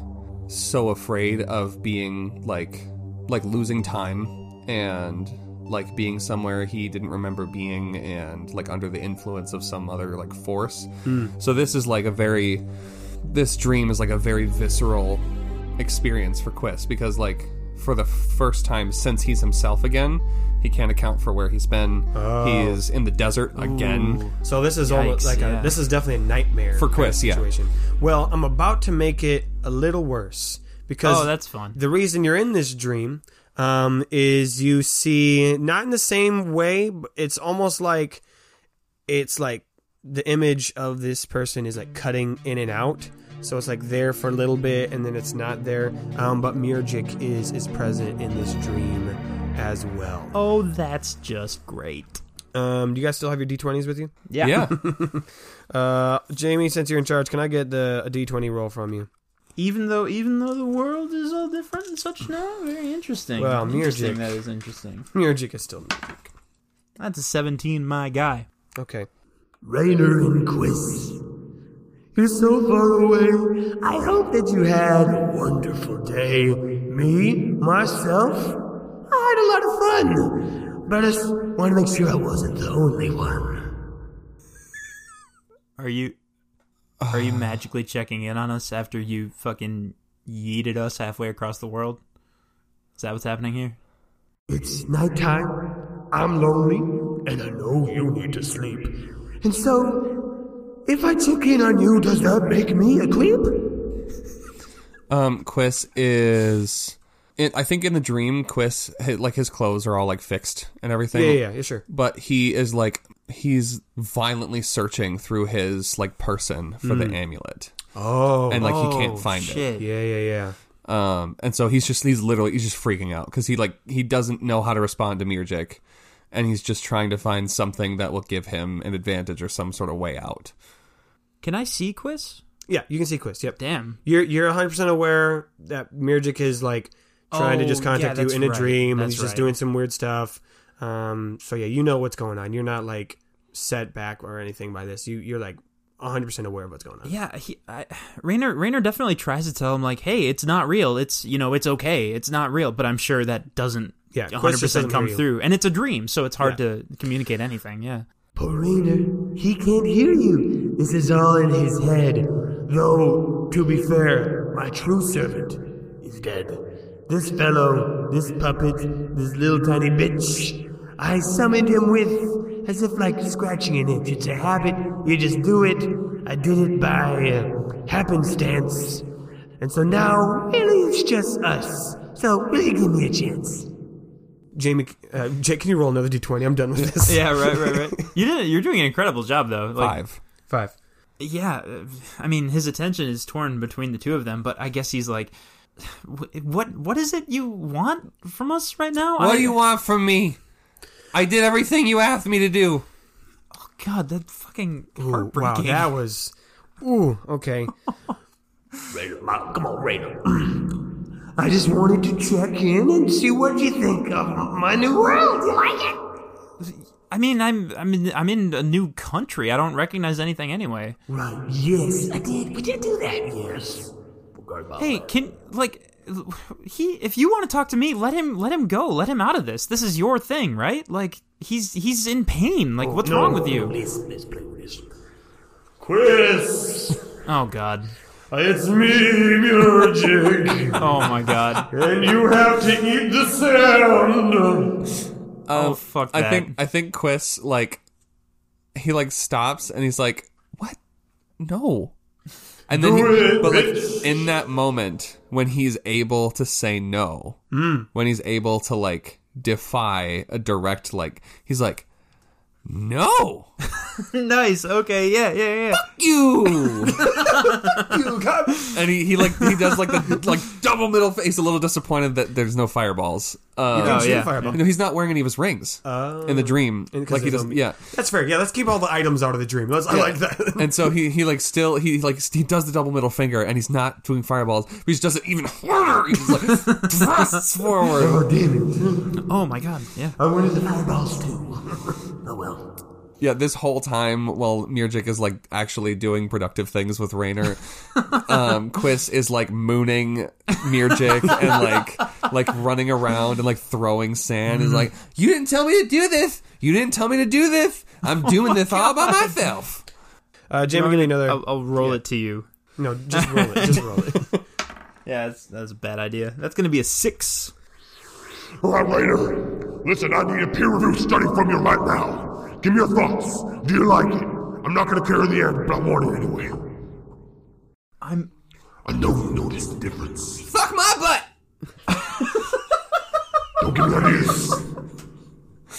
E: so afraid of being like like losing time and like being somewhere he didn't remember being and like under the influence of some other like force. So this is like a very this dream is like a very visceral experience for Quiz because like for the first time since he's himself again, he can't account for where he's been. He is in the desert again.
A: So this is almost
D: Yikes,
A: like
D: yeah.
A: a this is definitely a nightmare
E: For
A: kind of
E: Quiz, yeah.
A: situation. Well, I'm about to make it a little worse because
D: Oh, that's fun.
A: the reason you're in this dream um, is you see not in the same way but it's almost like it's like the image of this person is like cutting in and out so it's like there for a little bit and then it's not there um, but Mirjik is is present in this dream as well
D: Oh, that's just great.
A: um, do you guys still have your d20s with you
D: Yeah.
E: yeah.
A: uh, Jamie since you're in charge can I get the a d20 roll from you
D: even though, even though the world is all different and such now, very interesting.
A: Well, Mirjik.
D: interesting. That is interesting.
A: Mirjik is still
D: That's a seventeen, my guy.
A: okay
F: Rainer and Quiz. You're so far away. I hope that you had a wonderful day. Me, myself, I had a lot of fun. But I just want to make sure I wasn't the only one.
D: Are you, are you magically checking in on us after you fucking yeeted us halfway across the world? Is that what's happening here?
F: It's nighttime. I'm lonely. and I know you need to sleep. And so, if I check in on you, does that make me a creep?
E: Um, Quiss is. It, I think in the dream, Quiss, hi- like his clothes are all like fixed and everything.
A: Yeah, yeah, yeah, sure.
E: But he is like he's violently searching through his like person for the amulet,
A: Oh,
E: and like he
D: Hmm. Oh,
E: can't find it.
D: shit.
A: yeah, yeah, yeah.
E: Um, and so he's just he's literally he's just freaking out because he like he doesn't know how to respond to Mirjik, and he's just trying to find something that will give him an advantage or some sort of way out.
D: Can I see Quiz?
A: Yeah, you can see Quist. Yep.
D: Damn.
A: You're you're 100% aware that Mirjik is like trying to
D: Oh,
A: just contact
D: yeah,
A: you
D: that's
A: in a
D: right.
A: dream and
D: That's
A: he's just
D: right.
A: doing some weird stuff. Um so yeah, you know what's going on. You're not like set back or anything by this. You you're like 100% aware of what's going on.
D: Yeah, he, I, Rainer, Rainer definitely tries to tell him like, "Hey, it's not real. It's you know, it's okay. It's not real." But I'm sure that doesn't
A: Yeah, Quiz
D: 100
A: just doesn't
D: percent come
A: hear you.
D: through, and it's a dream, so it's hard to communicate anything. Yeah,
F: Poor Rainer, he can't hear you. This is all in his head. Though, to be fair, my true servant is dead. This fellow, this puppet, this little tiny bitch, I summoned him with, as if like scratching an itch. It's a habit, you just do it. I did it by uh, happenstance. And so now, really, it's just us. So, really give me a chance.
A: Jamie uh, Jake, can you roll another d20? I'm done with this.
D: yeah, right, right, right. you did. You're doing an incredible job though. Like,
E: Five.
A: Five.
D: Yeah, uh, I mean, his attention is torn between the two of them, but I guess he's like, "Wh- "What? What is it you want from us right now?"
E: What
D: I,
E: do you want from me? I did everything you asked me to do.
D: God, that fucking
A: Ooh, wow,
D: heartbreaking.
A: that was Ooh, okay.
F: Raider, Ma- come on, Raider. I just wanted to check in and see what you think of my new world. You like it?
D: I mean, I'm I'm in, I'm in a new country. I don't recognize anything anyway.
F: Right. Yes, I did. We did do that. Yes.
D: Hey, can like he if you want to talk to me, let him let him go. Let him out of this. This is your thing, right? Like he's he's in pain. Like
F: Oh,
D: what's wrong with you?
F: Listen, let's play with this. Chris,
D: Oh god.
F: it's me, Murgic,
D: Oh my god.
F: and you have to eat the sound.
E: Um,
D: oh fuck that.
E: I think I think Quiss like he like stops and he's like, "What? No." And then, he, but like in that moment when he's able to say no, when he's able to like defy a direct like, he's like, "No,
D: nice. Okay. Yeah. Yeah. Yeah.
E: you." and he, he like he does like the like double middle face. He's a little disappointed that there's no fireballs. Uh,
D: Oh, yeah.
A: Fireball.
E: no, he's not wearing any of his rings in the dream.
A: And 'cause
E: Like he
A: there's
E: doesn't.
A: no-
E: Yeah,
A: That's fair. Yeah, let's keep all the items out of the dream. Let's, I like that.
E: and so he he like still he like he does the double middle finger and he's not doing fireballs. But he just does it even harder. He just like thrusts forward.
F: Oh, damn it.
D: Oh my god. Yeah.
F: I wanted the fireballs too. oh, well.
E: Yeah, this whole time while Mirjik is like actually doing productive things with Rainer, um, Quiss is like mooning Mirjik and like like running around and like throwing sand. Is like, you didn't tell me to do this. You didn't tell me to do this. I'm doing this all by myself.
A: Uh, Jamie, give me another.
D: I'll, I'll roll it to you.
A: no, just roll it. Just roll it.
D: Yeah, that's, that's a bad idea. That's gonna be a six.
G: All right, Raider. Listen, I need a peer reviewed study from you right now. Give me your thoughts. Do you like it? I'm not going to care in the end, but I want it anyway.
D: I'm
G: I know you notice the difference.
E: Fuck my butt.
G: Don't give me ideas.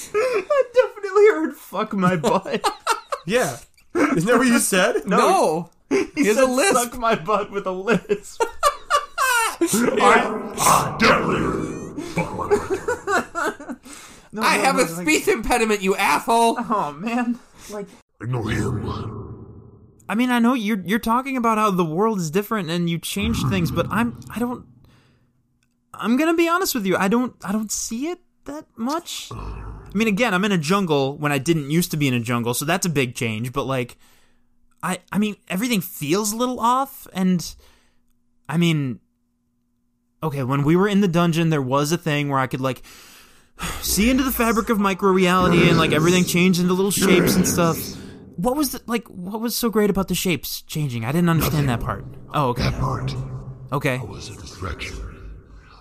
D: I definitely heard fuck my butt.
A: Yeah. Isn't that what you said?
E: No, he has a list.
D: Suck my butt with a list.
G: I definitely. Fuck my butt.
E: I have a speech impediment, you asshole.
D: Oh man.
G: Ignore him.
D: I mean, I know you're you're talking about how the world is different and you change things, but I'm I don't. I'm gonna be honest with you. I don't I don't see it that much. I mean, again, I'm in a jungle when I didn't used to be in a jungle, so that's a big change. But like, I I mean, everything feels a little off, and I mean, okay, when we were in the dungeon, there was a thing where I could like see into the fabric of micro reality and like everything changed into little shapes and stuff. What was the, like? What was so great about the shapes changing? I didn't understand that part. Oh, okay,
G: That part
D: okay.
G: was a distraction.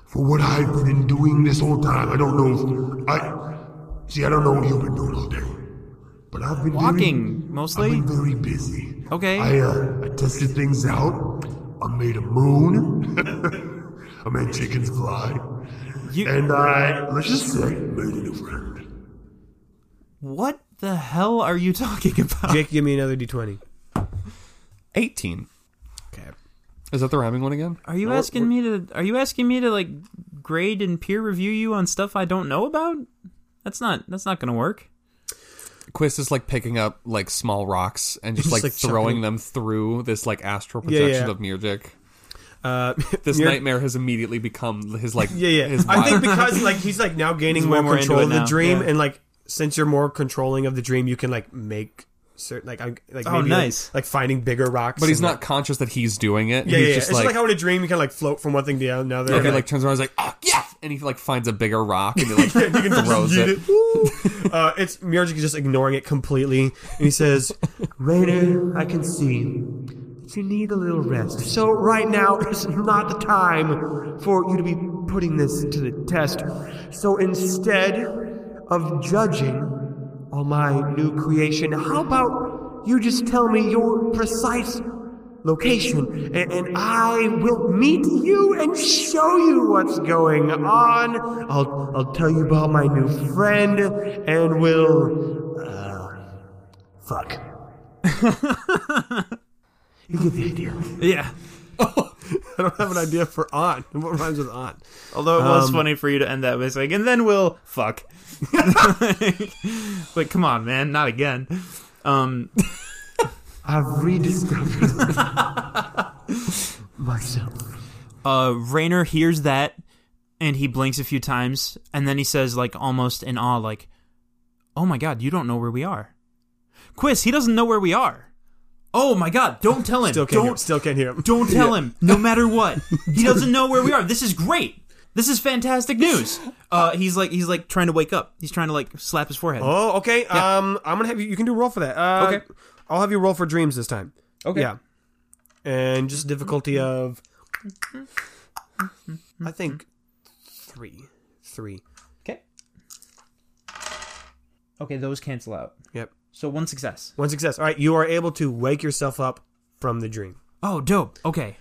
G: For what I've been doing this whole time, I don't know. If I see. I don't know what you've been doing all day. But I've been
D: Walking,
G: very,
D: mostly?
G: I've been very busy.
D: Okay.
G: I uh, I tested things out. I made a moon. I made chickens fly.
D: You-
G: and I let's just say made a new friend.
D: What the hell are you talking about?
A: Jake, give me another d20.
E: 18.
A: Okay.
E: Is that the rhyming one again?
D: Are you asking me to? Are you asking me to like grade and peer review you on stuff I don't know about? That's not. That's not gonna work.
E: Quist is like picking up like small rocks and just, like,
A: like,
E: throwing
A: chucking-
E: them through this like astral projection
A: yeah.
E: of music.
A: Uh,
E: This
A: Mir-
E: nightmare has immediately become his like
A: Yeah, yeah.
E: his
A: I think
E: vibe.
A: because like he's like now gaining
D: He's
A: more
D: way more into
A: control
D: it
A: of the
D: now,
A: dream,
D: yeah.
A: and like since you're more controlling of the dream, you can like make certain like I like
D: Oh,
A: maybe,
D: nice.
A: like, like, finding bigger rocks.
E: but he's
A: and,
E: not conscious that he's doing
A: Like,
E: it.
A: yeah,
E: he's
A: yeah, yeah.
E: just
A: it's
E: like,
A: just like how in a dream you can like float from one thing to another.
E: and he
A: and,
E: like turns around and he's like, oh, yeah! And he like finds a bigger rock and he like throws it.
A: uh, it's Murgic is just ignoring it completely, and he says,
F: Rainer, I can see that you need a little rest. So right now is not the time for you to be putting this to the test. So instead of judging all my new creation, how about you just tell me your precise location and, and I will meet you and show you what's going on. I'll I'll tell you about my new friend and we'll uh, fuck. You get the idea.
D: Yeah.
A: "I don't have an idea for on. What rhymes with on?
D: Although it was funny for you to end that by saying, and then we'll fuck. like, come on, man, not again. Um,
F: I've rediscovered myself.
D: uh, Rainer hears that, and he blinks a few times, and then he says, like, almost in awe, like, "Oh my God, you don't know where we are." Quiz, he doesn't know where we are. Oh my God, don't tell him.
A: Still can't. Hear him.
D: don't
A: Still can't hear him.
D: Don't tell him, no matter what. He doesn't know where we are. This is great. This is fantastic news. Uh, he's like he's like trying to wake up. He's trying to like slap his forehead.
A: Oh, okay. Um, I'm gonna have you. You can do a roll for that. Uh,
D: Okay.
A: I'll have you roll for dreams this time. Okay. Yeah. And just difficulty of, I think, three, three.
D: Okay. Okay, those cancel out.
A: Yep.
D: So one success.
A: One success. All right. You are able to wake yourself up from the dream.
D: Oh, dope. Okay.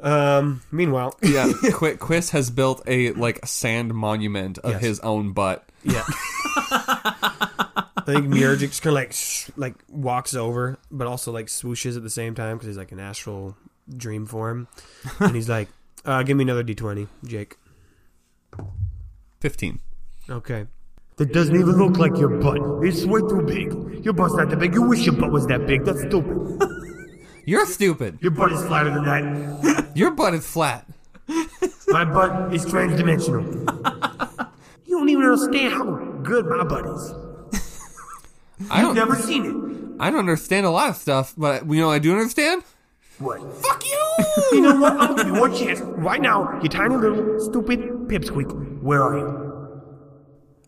A: Um. Meanwhile.
E: Yeah, Qu- Quist has built a like sand monument of
A: Yes.
E: his own butt.
A: Yeah. I think Murgic just kind of like sh- like walks over, but also like swooshes at the same time because he's like an astral dream form, and he's like, uh, "Give me another d20, Jake."
E: Fifteen.
A: Okay.
F: That doesn't even look like your butt. It's way too big. Your butt's not that big. You wish your butt was that big. That's stupid.
E: You're stupid.
F: Your butt is flatter than that.
E: Your butt is flat.
F: My butt is transdimensional. You don't even understand how good my butt is.
E: I don't.
F: Never seen it.
E: I don't understand a lot of stuff, but you know I do understand.
F: What?
E: Fuck you.
F: You know what? I'll give you one chance. Right now, you tiny little stupid pipsqueak. Where are you?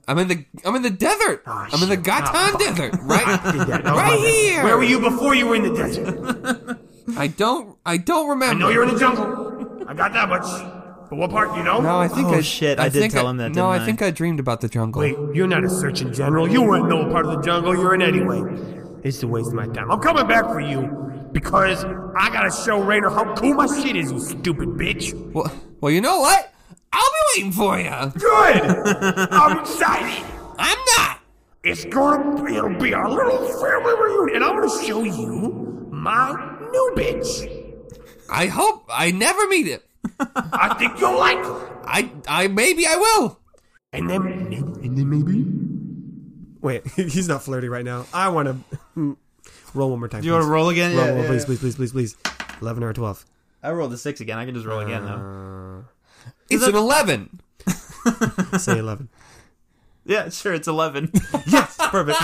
E: I'm in the I'm in the desert.
F: Ah,
E: I'm in the
F: shit.
E: Gatan
F: Ah,
E: desert. Right.
F: Did that. That was my
E: Right
F: bad.
E: here.
F: Where were you before you were in the desert?
E: I don't I don't
F: I
E: remember.
F: know you're in the jungle. I got that much. But what part, you know?
E: no, I think
D: Oh,
E: I
D: shit, I did
E: think
D: tell him that, didn't
E: No, I
D: I?
E: think I dreamed about the jungle.
F: Wait, you're not a surgeon general. You wouldn't know what part of the jungle you're in anyway. It's a waste of my time. I'm coming back for you because I gotta show Rainer how cool my shit is, you stupid bitch.
E: Well, well, you know what? I'll be waiting for you.
F: Good! I'm excited!
E: I'm not.
F: It's gonna it'll be our little family reunion, and I'm gonna show you my new bitch.
E: I hope I never meet it.
F: I think you'll like her.
E: I I maybe I will.
F: And then and then maybe
A: Wait, he's not flirty right now. I want to roll one more time.
D: Do you want
A: please.
D: to roll again?
A: Roll, roll, please, please, please, please, please. Eleven or twelve.
D: I rolled a six again. I can just roll again though.
E: It's an eleven.
A: Say eleven.
D: Yeah, sure. It's eleven.
A: Perfect.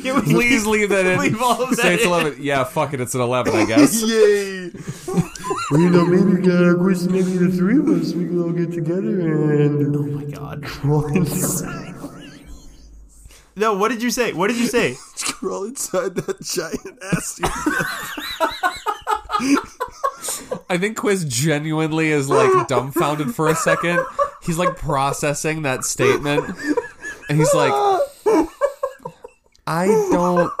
E: Please leave that in.
D: Leave all of that
E: Say it's
D: in.
E: eleven. Yeah, fuck it. It's an eleven, I guess.
F: Well you know, maybe uh Chris, maybe the three of us we can all get together and
D: Oh my god.
F: roll inside.
D: No, what did you say? What did you say?
B: Crawl inside that giant ass.
E: I think Quiz genuinely is like dumbfounded for a second. He's like processing that statement, and he's like, I don't.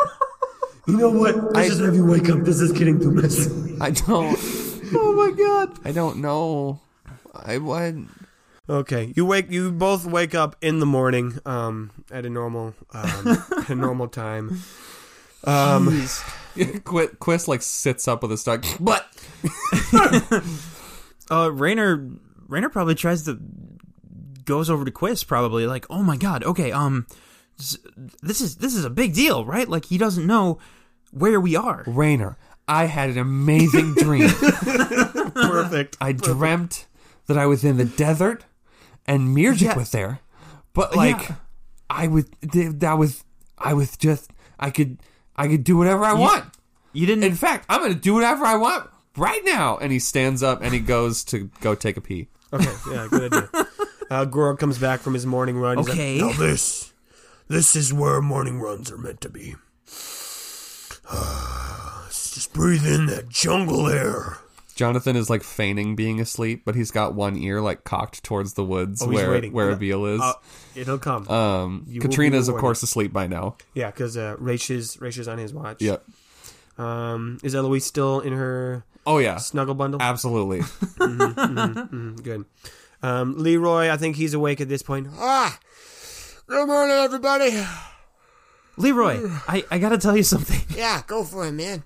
F: You know what? This is if you wake up. This is getting too messy.
E: I don't. oh my god. I don't know. I what?
A: Okay, you wake you both wake up in the morning um, at a normal um, at a normal time. Um,
E: Quist, Quist like sits up with a stuck. But
D: Uh, Rainer, Rainer probably tries to goes over to Quist probably like, oh my god, okay, um, s- this is this is a big deal, right? Like he doesn't know where we are.
E: Rainer, I had an amazing dream.
A: perfect.
E: I dreamt that I was in the desert and Mirjik
D: Yeah.
E: was there, but like
D: Yeah.
E: I was th- that was I was just I could I could do whatever I want.
D: You didn't.
E: In fact, I'm gonna do whatever I want right now. And he stands up and he goes to go take a pee.
A: Okay, yeah, good idea. Uh, Gorg comes back from his morning run. He's like,
D: okay.
B: Now this, this is where morning runs are meant to be. Let's just breathe in that jungle air.
E: Jonathan is like feigning being asleep, but he's got one ear like cocked towards the woods
A: Oh, he's
E: where
A: waiting.
E: where
A: Yeah.
E: Abiel is.
A: Uh, it'll come.
E: um,
A: you will be
E: Katrina's of
A: rewarded.
E: course asleep by now.
A: yeah, because uh, Raish is Raish is on his watch.
E: Yeah.
A: Um, is Eloise still in her
E: Oh yeah.
A: snuggle bundle?
E: Absolutely.
A: Good. Um, Leroy, I think he's awake at this point.
C: Ah, good morning, everybody.
D: Leroy, I, I gotta tell you something.
C: Yeah, go for it, man.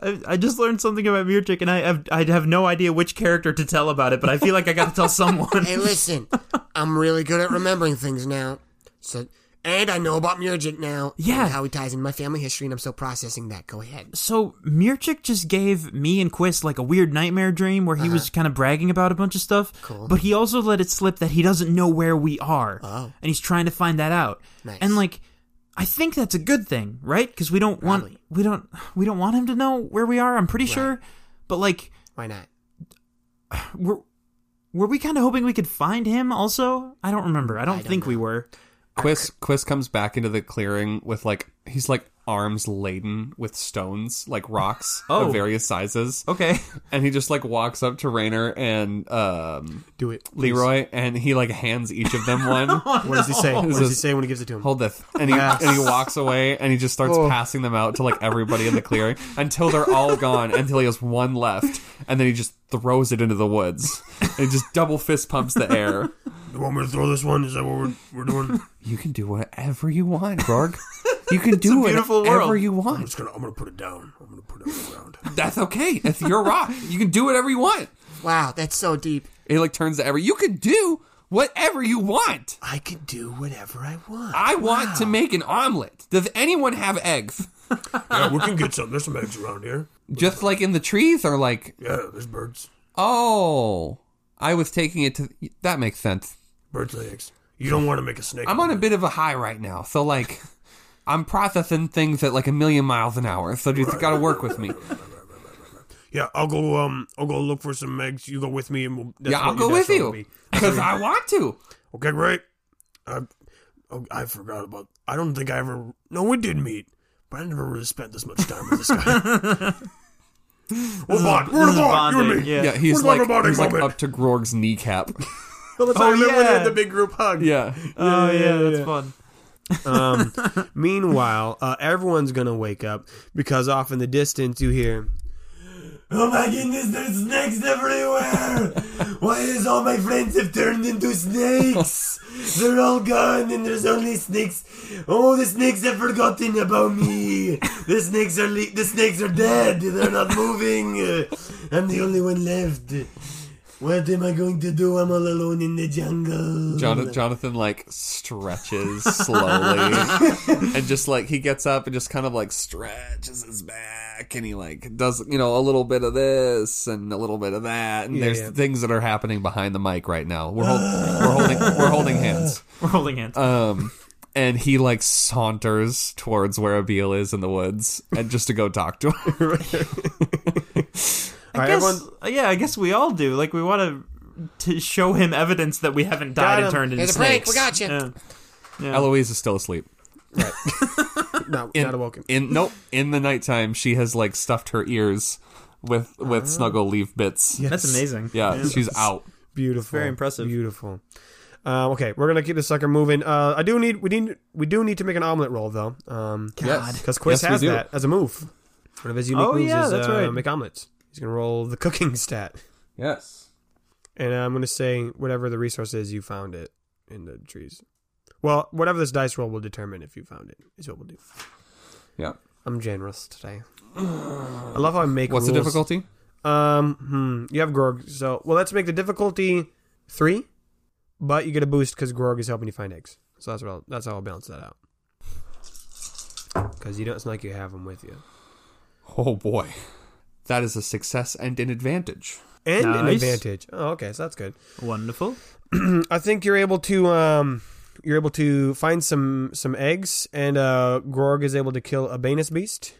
D: I, I just learned something about Mirchik, and I have I have no idea which character to tell about it, but I feel like I gotta tell someone.
C: Hey, listen, I'm really good at remembering things now. So, and I know about Murgic now. and
D: Yeah.
C: how he ties in my family history, and I'm still processing that. Go ahead.
D: so Mirchik just gave me and Quist like a weird nightmare dream where he was kind of bragging about a bunch of stuff. Uh-huh. Cool. But he also let it slip that he doesn't know where we are. Oh. And he's trying to find that out.
C: Nice.
D: And like I think that's a good thing, right? Because we don't want we don't we don't want him to know where we are, I'm pretty sure. But like
C: Why not?
D: were were we kind of hoping we could find him also? I don't remember. I don't,
C: don't
D: think we
C: know.
D: were.
E: Quist Quist comes back into the clearing with like he's like arms laden with stones, like rocks
D: Oh.
E: of various sizes.
D: Okay.
E: And he just like walks up to Rainer and um
A: Do it. please.
E: Leroy and he like hands each of them one.
A: What does he say? What does he
E: is-
A: say when he gives it to him?
E: Hold this. And he and he walks away and he just starts passing them out to like everybody in the clearing until they're all gone, until he has one left, and then he just throws it into the woods. And just double fist pumps the air.
B: You want me to throw this one? Is that what we're, we're doing? I'm
E: You can do whatever you want, Gorg. You can do
D: beautiful
E: whatever
D: world.
E: you want.
B: just gonna, I'm gonna put it down. I'm gonna put it on the ground.
E: That's okay. That's your rock. You can do whatever you want.
C: Wow, that's so deep.
E: It like turns to every. You can do whatever you want.
A: I can do whatever I want.
E: I want to make an omelet. Does anyone have eggs?
B: yeah, we can get some. There's some eggs around here.
E: Just like in the trees, or like
B: Yeah, there's birds.
E: oh, I was taking it to. That makes sense.
B: Birds lay eggs. You don't want to make a snake.
E: I'm on a bit of a high right now, so like. I'm processing things at like a million miles an hour, so you gotta work with me.
B: Yeah, I'll go. Um, I'll go look for some eggs. You go with me, and we'll. that's what
E: yeah, I'll
B: your
E: go
B: dish
E: with
B: will
E: you
B: be.
E: because I want to.
B: Okay, great. I, oh, I forgot about. I don't think I ever. No, we did meet, but I never really spent this much time with this guy. We're bond. We're
D: this
B: a
D: is
B: bond. You and
D: bonding,
B: me.
D: yeah.
E: Yeah, he's
B: We're
E: like,
B: robotic
E: he's like
B: moment.
E: up to Grog's kneecap. Uh,
A: Well, that's how we live with
D: yeah.
E: Oh,
A: it, the big group hug.
E: yeah,
D: Oh yeah, that's fun.
A: Um, meanwhile, uh, everyone's gonna wake up because off in the distance you hear
F: Oh my goodness, there's snakes everywhere! Why is all my friends have turned into snakes? They're all gone and there's only snakes. Oh, the snakes have forgotten about me. The snakes are le- the snakes are dead. They're not moving. I'm the only one left. What am I going to do? I'm all alone in the jungle.
E: Jonathan, Jonathan like stretches slowly and just like he gets up and just kind of like stretches his back and he like does you know a little bit of this and a little bit of that and there's
A: yeah.
E: things that are happening behind the mic right now. We're, hold, we're holding we're holding hands.
D: We're holding hands.
E: Um and he like saunters towards where Abiel is in the woods and just to go talk to her.
D: I
A: right,
D: guess,
A: everyone-
D: uh, yeah, I guess we all do. Like, we want to to show him evidence that we haven't died
A: him.
D: and turned into
C: Here's a prank.
D: snakes.
C: We got you.
D: Yeah.
E: Eloise is still asleep.
A: not,
E: in,
A: not awoken.
E: In nope, in the nighttime, she has like stuffed her ears with with
A: Ah.
E: snuggle leaf bits. Yeah,
D: That's amazing.
E: she's out.
A: Beautiful.
D: very impressive.
A: Beautiful. Uh, okay, we're gonna keep this sucker moving. Uh, I do need we need we do need to make an omelet roll though, um,
D: God.
A: because Quiz
E: Yes, we
A: has
E: do.
A: that as a move. One of his unique
D: Oh,
A: moves
D: yeah,
A: is
D: that's
A: uh,
D: right.
A: make omelets. He's gonna roll the cooking stat,
E: Yes.
A: and I'm gonna say whatever the resource is, you found it in the trees. Well, whatever this dice roll will determine if you found it is what we'll do.
E: Yeah.
A: I'm generous today. I love how I make.
E: What's the
A: rules.
E: difficulty?
A: Um, hmm, you have Gorg. So, well, let's make the difficulty three, but you get a boost because Gorg is helping you find eggs. So that's what I'll, that's how I'll balance that out. Because you don't. It's not like you have them with you.
E: Oh boy. That is a success and an advantage.
A: And an
D: Nice.
A: advantage. Oh, okay, so that's good.
D: Wonderful.
A: I think you're able to um, you're able to find some some eggs, and uh, Gorg is able to kill a Banus beast,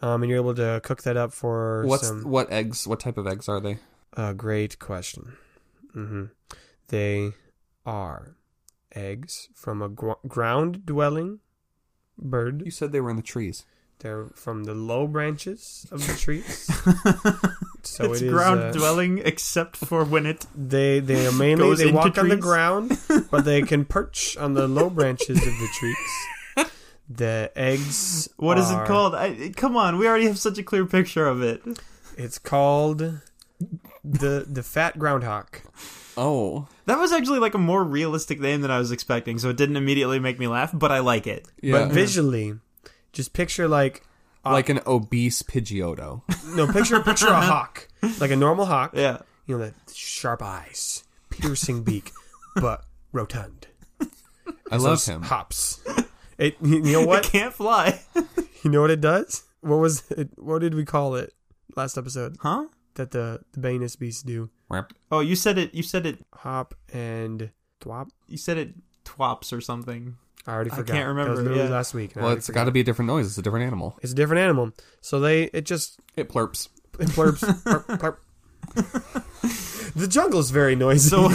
A: um, and you're able to cook that up for
E: What's
A: some.
E: what eggs? What type of eggs are they?
A: A great question. hmm They are eggs from a gro- ground dwelling bird.
E: You said they were in the trees.
A: They're from the low branches of the trees. So
D: it's
A: it is,
D: ground
A: uh,
D: dwelling except for when it
A: They they are mainly
D: Goes
A: they
D: into
A: walk on the
D: trees.
A: ground, but they can perch on the low branches of the trees. The eggs.
D: What is
A: are-
D: it called? I, come on, we already have such a clear picture of it.
A: It's called the the fat groundhog.
E: Oh.
D: That was actually like a more realistic name than I was expecting, so it didn't immediately make me laugh, but I like it.
E: Yeah.
A: But visually, just picture like
E: like an obese Pidgeotto.
A: no picture picture a hawk like a normal hawk.
D: Yeah.
A: you know, the sharp eyes, piercing beak, but rotund.
E: I love him.
A: Hops. It. You know
D: It
A: what?
D: can't fly.
A: You know what it does? What was it? What did we call it last episode?
D: Huh?
A: That the the Banus beasts do
D: Oh, you said it you said it
A: hop and thwop.
D: you said it twops or something.
A: I already
D: I
A: forgot.
D: can't
A: That was
D: remember,
A: literally
D: yeah.
A: last week. and I
E: Well,
A: already
E: it's
A: forgot.
E: got to be a different noise. It's a different animal.
A: It's a different animal. So they it just
E: It plurps.
A: it plurps. plurp, plurp. The jungle's very noisy.
D: So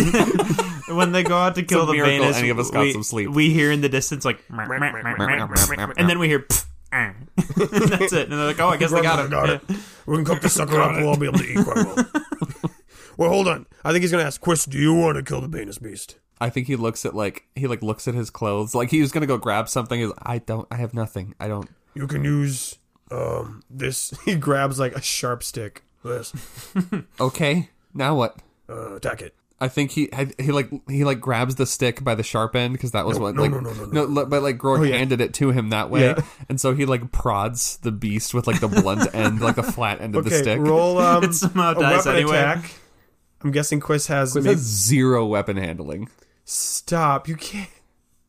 D: when they go out to kill
E: a
D: the
E: miracle
D: Venus,
E: any of us got
D: we,
E: some sleep.
D: we hear in the distance like and then we hear "Pfft, eh." and that's it. And they're like, "Oh, I guess they got him."
B: Got it. We can cook the sucker up. We'll all be able to eat quite well. well, hold on. I think he's gonna ask Quist. Do you want to kill the Banus Beast?
E: I think he looks at like he like looks at his clothes like he was gonna go grab something. He's, I don't. I have nothing. I don't.
B: You can use um this
A: he grabs like a sharp stick.
B: this
E: Okay. Now what?
B: uh, attack it.
E: I think he I- he like he like grabs the stick by the sharp end because that was what
B: no,
E: like
B: no, no, no, no.
E: li- but like Grog handed it to him that way, and so he like prods the beast with like the blunt end, like the flat end of the
A: Okay,
E: stick.
A: roll um
D: It somehow
A: a
D: dies
A: weapon
D: anyway.
A: attack. I'm guessing Quiz has
E: He has zero weapon handling.
A: Stop! You can't.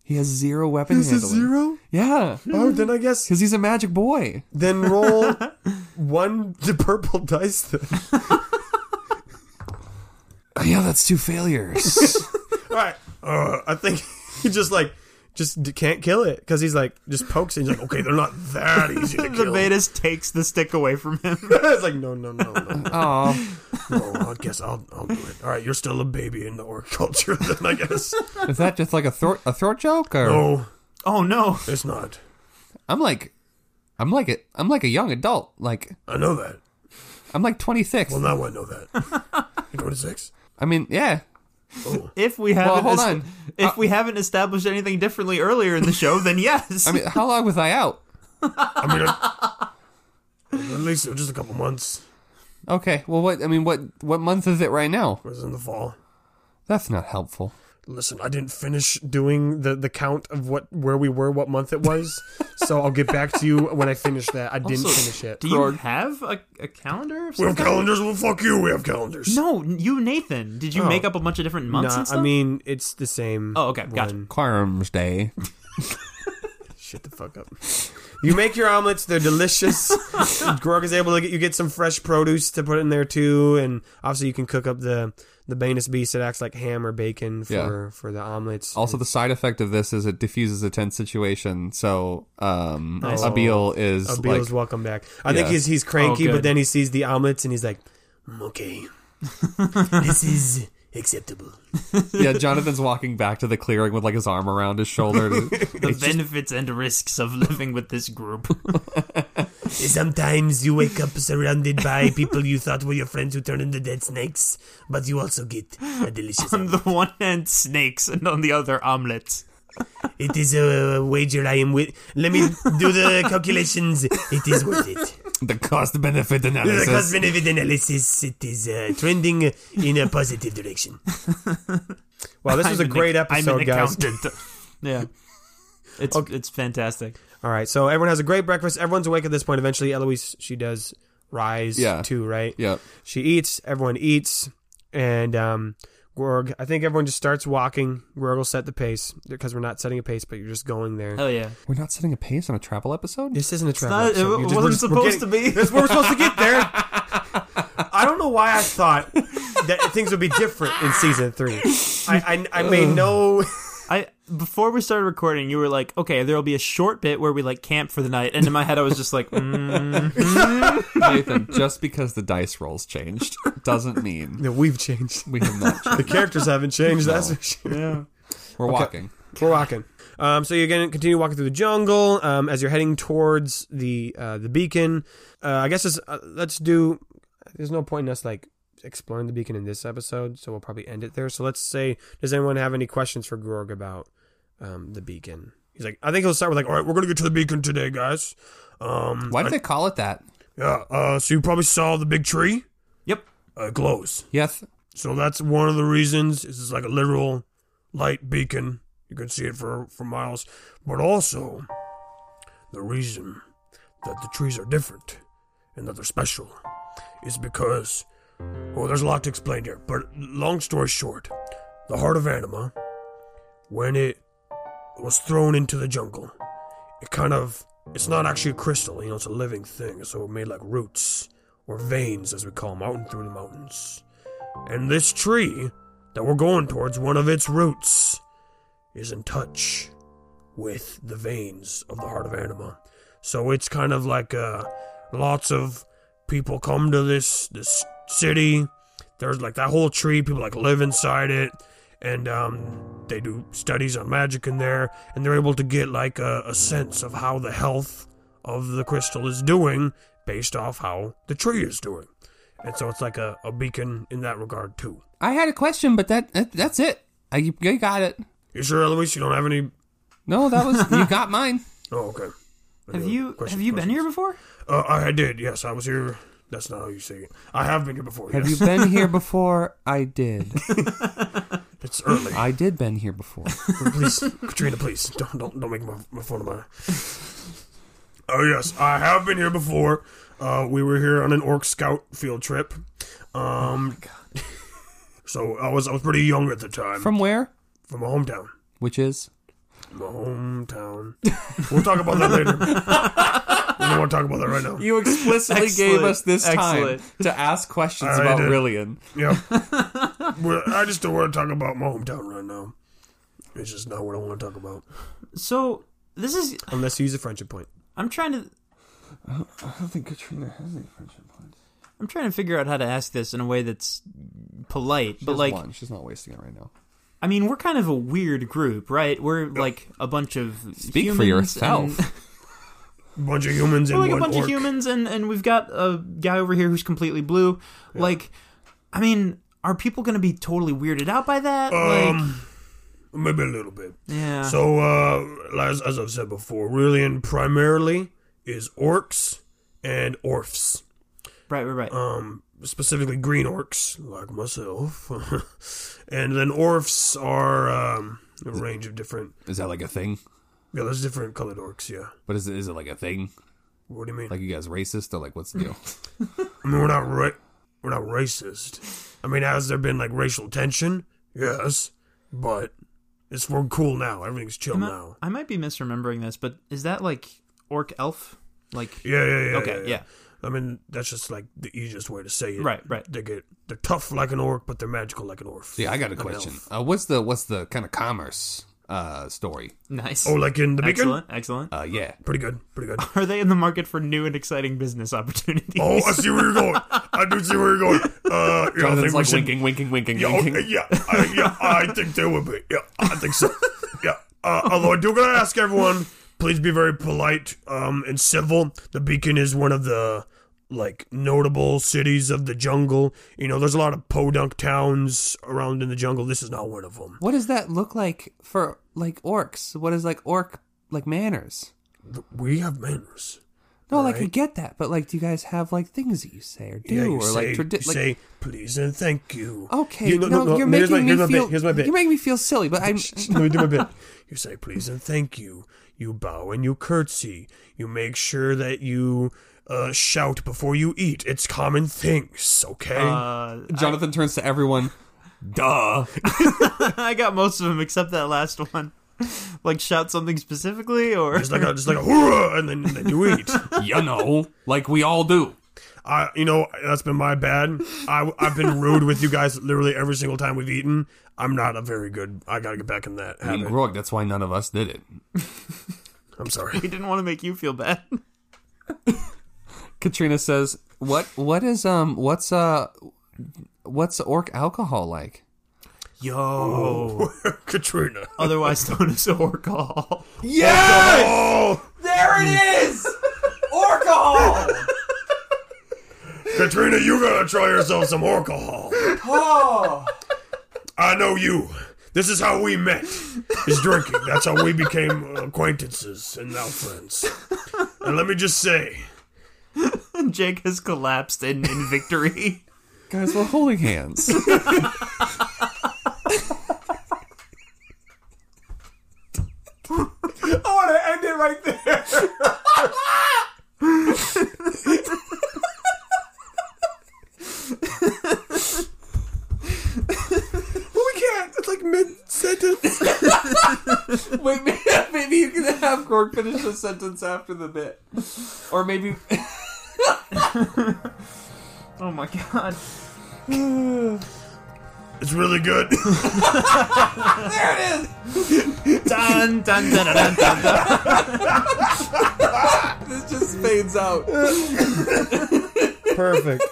E: He has zero weapon handling. Yeah,
A: Oh, then I guess
E: because he's a magic boy.
A: then roll one the purple dice. Then.
E: Oh, yeah, that's two failures.
A: All right. Uh, I think he just like just d- can't kill it because he's like just pokes it. He's like, okay, they're not that easy to
D: The
A: kill.
D: Venus takes the stick away from him.
A: it's like no, no, no, no.
E: Oh,
B: Oh, I guess I'll I'll do it. All right, you're still a baby in the orc culture, then I guess.
E: is that just like a throat a throat joke or?
B: No,
D: Oh no.
B: it's not.
E: I'm like, I'm like a, I'm like a young adult. Like
B: I know that.
E: I'm like 26.
B: Well, now I know that. You're 26.
E: I mean, yeah.
D: If we haven't
E: Well, hold
D: es-
E: on.
D: if we haven't established anything differently earlier in the show, then yes.
E: I mean, how long was I out?
B: I mean, I- at least it was just a couple months.
E: Okay. Well, what I mean, what what month is it right now?
B: It was in the fall.
E: That's not helpful.
B: Listen, I didn't finish.
A: Doing the the count of what where we were, what month it was. so I'll get back to you when I finish that. I didn't
D: Also,
A: finish it.
D: Do you have a, a calendar? Or
B: We have
D: something?
B: calendars. Well, fuck you. We have calendars.
D: No, you Nathan. Did you
E: Oh.
D: make up a bunch of different months
A: Nah,
D: and stuff?
A: I mean it's the same.
D: Oh, okay, gotcha.
A: one.
E: Quorum's Day.
A: Shut the fuck up. You make your omelets; they're delicious. Grog is able to get you get some fresh produce to put in there too, and obviously you can cook up the the Banus beast that acts like ham or bacon for
E: Yeah.
A: for the omelets.
E: Also, the side effect of this is it diffuses a tense situation. So, um, Abiel is
A: Abil
E: like,
A: is Uh, welcome back. I think
E: Yeah.
A: he's he's cranky, but
D: Oh, good.
A: then he sees the omelets and he's like,
F: Mm, Okay. this is acceptable.
E: yeah. Jonathan's walking back to the clearing with like his arm around his shoulder.
D: the benefits and risks of living with this group.
H: Sometimes you wake up surrounded by people you thought were your friends who turn into dead snakes, but you also get a delicious.
D: on the one hand snakes and on the other omelets.
H: It is a wager I am with. Let me do the calculations. It is worth it.
E: The cost benefit
H: The
E: analysis.
H: cost benefit analysis, it is uh, trending in a positive direction.
I: Well, this was a
D: I'm an-
I: great
D: I'm
I: episode,
D: an
I: guys.
D: accountant. yeah. It's it's fantastic.
I: All right, so everyone has a great breakfast. Everyone's awake at this point. Eventually, Eloise she does rise
E: Yeah.
I: too, right?
E: Yep.
I: She eats. Everyone eats, and um, Gorg. I think everyone just starts walking. Gorg will set the pace because we're not setting a pace, but you're just going there.
D: Hell yeah.
E: We're not setting a pace on a travel episode?
I: This isn't a travel.
D: Uh, not-
I: episode.
D: it
I: You're just-
D: wasn't
I: we're just- we're
D: supposed
I: getting-
D: to be.
I: That's where we're supposed to get there. I don't know why I thought that things would be different in season three. I I, I made no.
D: I before we started recording, you were like, "Okay, there'll be a short bit where we like camp for the night," and in my head, I was just like, mm.
E: Nathan, just because the dice rolls changed doesn't mean
I: No, we've changed.
E: we have not changed.
I: The characters haven't changed. That's for sure.
E: We're walking.
I: We're walking. Um, so you're gonna continue walking through the jungle um, as you're heading towards the uh, the beacon. Uh, I guess it's, uh, let's do. There's no point in us like exploring the beacon in this episode, so we'll probably end it there. So let's say, does anyone have any questions for Gorg about um, the beacon?
A: He's like, I think he'll start with like, all right, we're gonna get to the beacon today, guys. Um,
E: Why did they call it that?
A: yeah. Uh, so you probably saw the big tree.
D: "Yep,
A: Uh, it glows.
E: Yes.
A: So that's one of the reasons. This is like a literal light beacon. You can see it for for miles. But also, the reason that the trees are different and that they're special is because well, there's a lot to explain here. But long story short, the heart of Anima, when it was thrown into the jungle, it kind of it's not actually a crystal. You know, it's a living thing. So it made like roots or veins, as we call them, out and through the mountains. And this tree that we're going towards, one of its roots, is in touch with the veins of the heart of anima. So it's kind of like uh, lots of people come to this this city. There's like that whole tree. People like live inside it, and um, they do studies on magic in there, and they're able to get like a, a sense of how the health of the crystal is doing based off how the tree is doing. And so it's like a, a beacon in that regard too.
E: I had a question, but that, that that's it. I, you got it.
A: You sure, Eloise? You don't have any?
E: No, that was you got mine.
A: Oh, okay.
D: have
A: Any
D: you
A: questions,
D: have you been
A: questions?
D: here before?"
A: Uh, I I did. Yes, I was here. That's not how you say it. I have been here before.
E: Have
A: yes.
E: you been here before? I did.
A: It's early.
E: I did been here before.
A: please, Katrina, please don't don't don't make my, my fun of my. Oh yes, I have been here before. Uh, we were here on an orc scout field trip. Um, so I was I was pretty young at the time
E: From where?
A: from my hometown.
E: Which is
A: My hometown. We'll talk about that later. we don't want to talk about that right now.
E: you explicitly
D: gave us this time
E: to ask questions
A: I about did.
E: Rillian.
A: Yeah. We're, I just don't want to talk about my hometown right now. It's just not what I want to talk about.
D: So this is
I: Unless you use a friendship point.
D: I'm trying to
E: I don't think Katrina has any friendship plans.
D: I'm trying to figure out how to ask this in a way that's polite, but
E: There's
D: like
E: one. she's not wasting it right now.
D: I mean, we're kind of a weird group, right? We're like a bunch of
E: Speak for
D: humans
E: yourself.
D: and-
A: Bunch of humans and
D: we're like
A: one
D: a bunch
A: orc.
D: of humans, and and we've got a guy over here who's completely blue. Like, I mean, are people going to be totally weirded out by that? like,
A: Um, maybe a little bit.
D: yeah.
A: So, uh, as, as I've said before, Rillian primarily is orcs and orfs.
D: right, right, right.
A: Um, specifically green orcs, like myself. and then orfs are um, a range of different.
E: Is that like a thing?
A: Yeah, there's different colored orcs, yeah.
E: But is it, is it like a thing?
A: What do you mean?
E: Like you guys racist? Or like what's the deal?
A: I mean, we're not ra- we're not racist. I mean, has there been like racial tension? Yes, but it's we're cool now. Everything's chill
D: I, might,
A: now.
D: I might be misremembering this, but is that like orc elf? Like,
A: Yeah, yeah, yeah.
D: okay, yeah.
A: I mean, that's just like the easiest way to say it.
D: Right, right.
A: They get they're tough like an orc, but they're magical like an orc.
E: yeah, I got a
A: An
E: question.
A: elf.
E: Uh, what's the what's the kind of commerce uh, story?
D: Nice.
A: Oh, like in the beacon?
D: excellent, excellent.
E: Uh, yeah.
A: Pretty good, pretty good.
D: Are they in the market for new and exciting business opportunities?
A: Oh, I see where you're going. I do see where you're going. Uh, yeah, I
E: Jonathan's
A: think we
E: like
A: should
E: winking, winking, winking,
A: Yeah,
E: winking.
A: okay, yeah, I, yeah, I think they will be. Yeah, I think so. Yeah. Uh, although I do gotta ask everyone Please be very polite um, and civil. The Beacon is one of the like notable cities of the jungle. You know, there's a lot of podunk towns around in the jungle. This is not one of them.
E: What does that look like for like orcs? What is like orc like manners?
A: We have manners.
E: No, like I get that, but like, do you guys have like things that you say or do
A: Yeah, you
E: or
A: say,
E: like
A: you
E: tradi- like?
A: say please and thank you.
E: Okay,
A: You-
E: no, you're
A: here's my,
E: making me
A: here's my
E: feel.
A: Bit, here's my bit.
E: You're making me feel silly, but I'm.
A: Let me do my bit. You say please and thank you. You bow and you curtsy. You make sure that you uh, shout before you eat. It's common things, okay?
D: Uh,
E: Jonathan turns to everyone. Duh.
D: I got most of them except that last one. like shout something specifically, or
A: just like a, just like a hoorah, and then, and then you eat.
E: you know, like we all do.
A: I, you know, that's been my bad. I, have been rude with you guys literally every single time we've eaten. I'm not a very good. I gotta get back in that
E: I mean,
A: habit.
E: Grog, that's why none of us did it.
A: I'm sorry.
D: we didn't want to make you feel bad.
E: Katrina says, "What? What is um? What's uh? What's orc alcohol like?
D: Yo,
A: Katrina.
D: otherwise known as Orcal.
A: Oh,
E: There it is, alcohol.
A: Katrina, you gotta try yourself some alcohol. I know you. This is how we met. Is drinking. That's how we became acquaintances and now friends. And let me just say,
D: Jake has collapsed in, in victory.
E: Guys, we're holding hands.
J: I want to end it right there. well, we can't. It's like mid sentence.
E: Wait, may- maybe you can have Grog finish the sentence after the bit, or maybe
D: Oh my god.
A: it's really good.
D: Dun, dun, dun, dun, dun, dun.
E: this just fades out.
J: Perfect.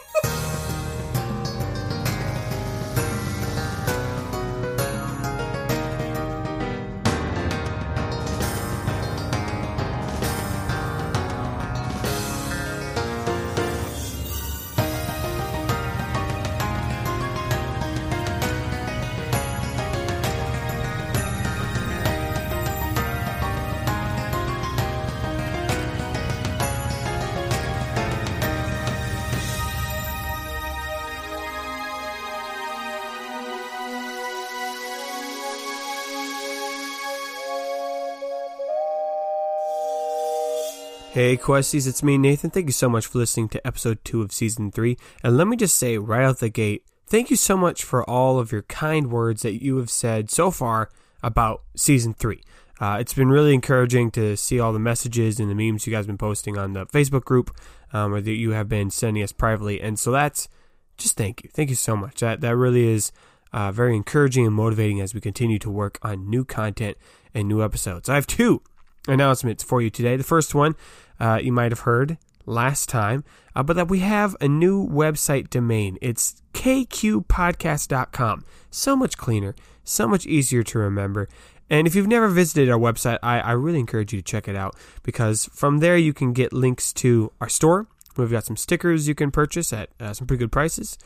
J: Hey, Questies, it's me, Nathan. Thank you so much for listening to episode two of season three. And let me just say right out the gate, thank you so much for all of your kind words that you have said so far about season three. Uh, it's been really encouraging to see all the messages and the memes you guys have been posting on the Facebook group um, or that you have been sending us privately. And so that's just thank you. Thank you so much. That, that really is uh, very encouraging and motivating as we continue to work on new content and new episodes. I have two announcements for you today. The first one uh, you might have heard last time, uh, but that we have a new website domain. It's kqpodcast.com. So much cleaner, so much easier to remember. And if you've never visited our website, I, I really encourage you to check it out because from there you can get links to our store. We've got some stickers you can purchase at uh, some pretty good prices.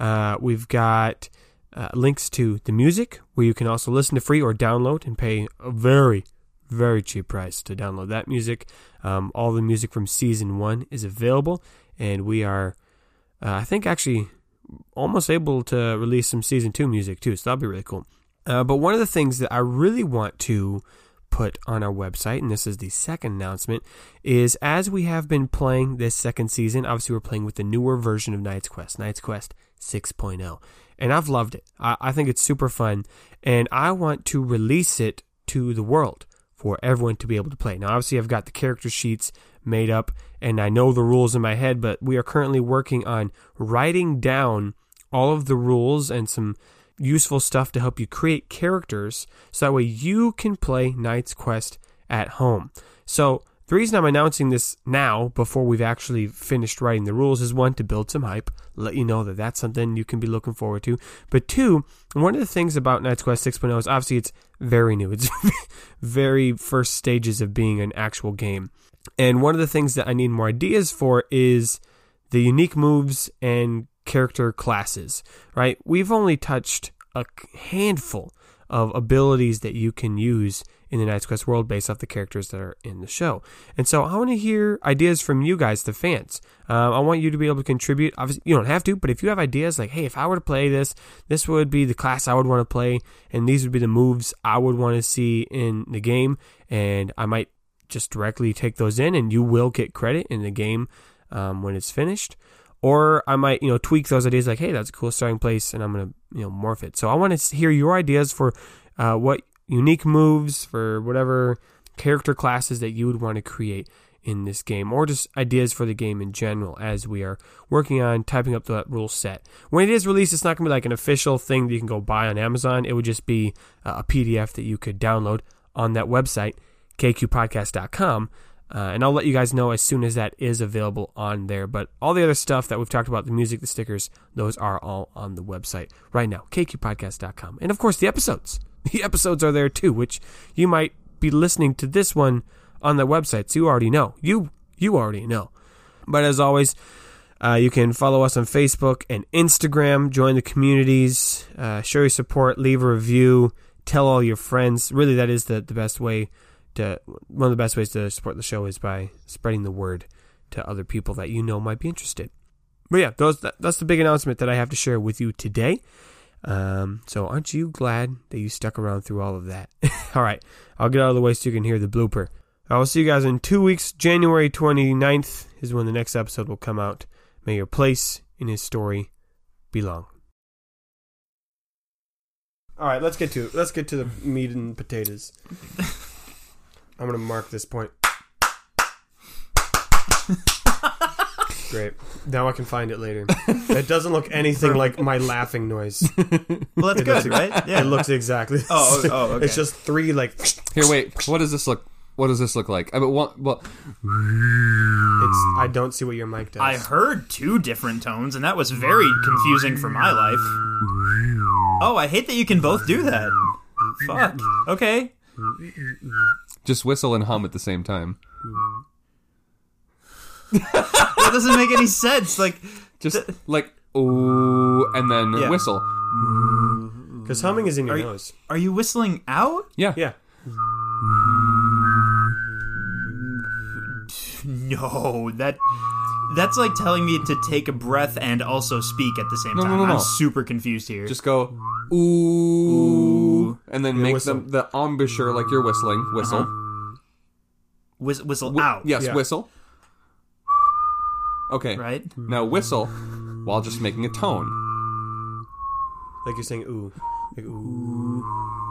J: Uh, we've got uh, links to the music where you can also listen to free or download and pay a very very cheap price to download that music um, all the music from season one is available and we are uh, i think actually almost able to release some season two music too so that'll be really cool uh, but one of the things that i really want to put on our website and this is the second announcement is as we have been playing this second season obviously we're playing with the newer version of knight's quest knight's quest 6.0 and i've loved it i, I think it's super fun and i want to release it to the world for everyone to be able to play. Now, obviously, I've got the character sheets made up and I know the rules in my head, but we are currently working on writing down all of the rules and some useful stuff to help you create characters so that way you can play Knight's Quest at home. So, The reason I'm announcing this now, before we've actually finished writing the rules, is one, to build some hype, let you know that that's something you can be looking forward to. But two, one of the things about Knights Quest 6.0 is obviously it's very new. It's very first stages of being an actual game. And one of the things that I need more ideas for is the unique moves and character classes, right? We've only touched a handful of abilities that you can use in the Knight's Quest world based off the characters that are in the show. And so I want to hear ideas from you guys, the fans. Um, I want you to be able to contribute. Obviously, you don't have to, but if you have ideas like, hey, if I were to play this, this would be the class I would want to play, and these would be the moves I would want to see in the game, and I might just directly take those in, and you will get credit in the game um, when it's finished or I might you know tweak those ideas like hey that's a cool starting place and I'm gonna you know morph it. So I want to hear your ideas for uh, what unique moves for whatever character classes that you would want to create in this game or just ideas for the game in general as we are working on typing up that rule set when it is released it's not going to be like an official thing that you can go buy on amazon it would just be uh, a pdf that you could download on that website kqpodcast.com uh, and I'll let you guys know as soon as that is available on there. But all the other stuff that we've talked about, the music, the stickers, those are all on the website right now, kqpodcast.com. And of course, the episodes. The episodes are there too, which you might be listening to this one on the website, so you already know. You you already know. But as always, uh, you can follow us on Facebook and Instagram. Join the communities. Uh, show your support. Leave a review. Tell all your friends. Really, that is the, the best way to one of the best ways to support the show is by spreading the word to other people that you know might be interested. But yeah, those that, that's the big announcement that I have to share with you today. Um, so aren't you glad that you stuck around through all of that? all right, I'll get out of the way so you can hear the blooper. I will see you guys in two weeks. January 29th is when the next episode will come out. May your place in his story belong. All right, let's get to it. Let's get to the meat and potatoes. I'm gonna mark this point. Great. Now I can find it later. It doesn't look anything like my laughing noise.
D: Well, that's good, right? Yeah.
J: It looks exactly.
D: Oh, oh, oh, okay.
J: It's just three like. It's
E: Here, wait. What does this look? What does this look like? I mean, what? Well,
J: I don't see what your mic does.
D: I heard two different tones, and that was very confusing for my life. Oh, I hate that you can both do that. Fuck. Okay.
E: just whistle and hum at the same time.
D: That doesn't make any sense. Like,
E: Just like oh, and then
D: Yeah.
E: whistle.
J: Because humming is in your
D: you-
J: nose.
D: are you whistling out?
E: Yeah.
J: Yeah.
D: No, that that's like telling me to take a breath and also speak at the same
E: No, no,
D: time.
E: no, no.
D: I'm super confused here.
E: Just go ooh, and then make
J: whistle. Uh-huh.
E: them the embouchure like you're whistling. Whistle.
D: Whis- whistle
E: Wh-
D: out.
E: Yes,
J: Yeah.
E: whistle. Okay.
D: Right?
E: Now whistle while just making a tone.
J: Like you're saying ooh. Like ooh.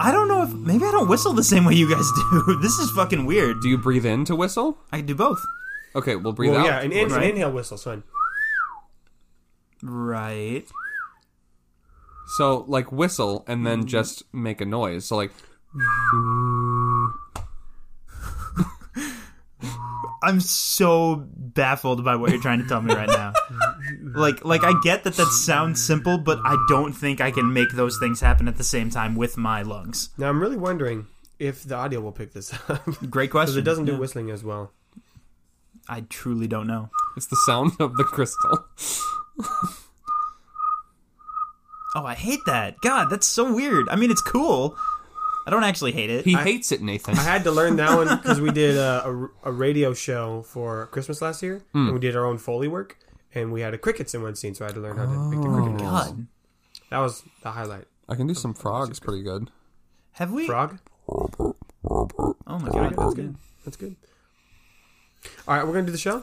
D: I don't know if maybe I don't whistle the same way you guys do. this is fucking weird.
E: Do you breathe in to whistle?
D: I can do both.
E: Okay, we'll breathe
J: Well,
E: out.
J: yeah, an, in- an
D: Right.
J: inhale whistle's fine.
D: Right.
E: So like whistle and then just make a noise. So like
D: I'm so baffled by what you're trying to tell me right now. like like I get that that sounds simple, but I don't think I can make those things happen at the same time with my lungs.
J: Now I'm really wondering if the audio will pick this up because
D: Great question.
J: it doesn't do
D: Yeah.
J: whistling as well.
D: I truly don't know.
E: it's the sound of the crystal.
D: Oh, I hate that. God, that's so weird. I mean, it's cool. I don't actually hate it.
E: He hates it, Nathan.
J: I had to learn that one because we did a, a, a radio show for Christmas last year,
D: Hmm.
J: and we did our own foley work, and we had a crickets in one scene, so I had to learn how to make the cricket noise.
D: God. Oh.
J: That was the highlight.
E: I can do some frogs pretty good.
D: Have we?
J: Frog,
D: Oh my god, that's good.
J: that's good. All right, we're gonna do the show.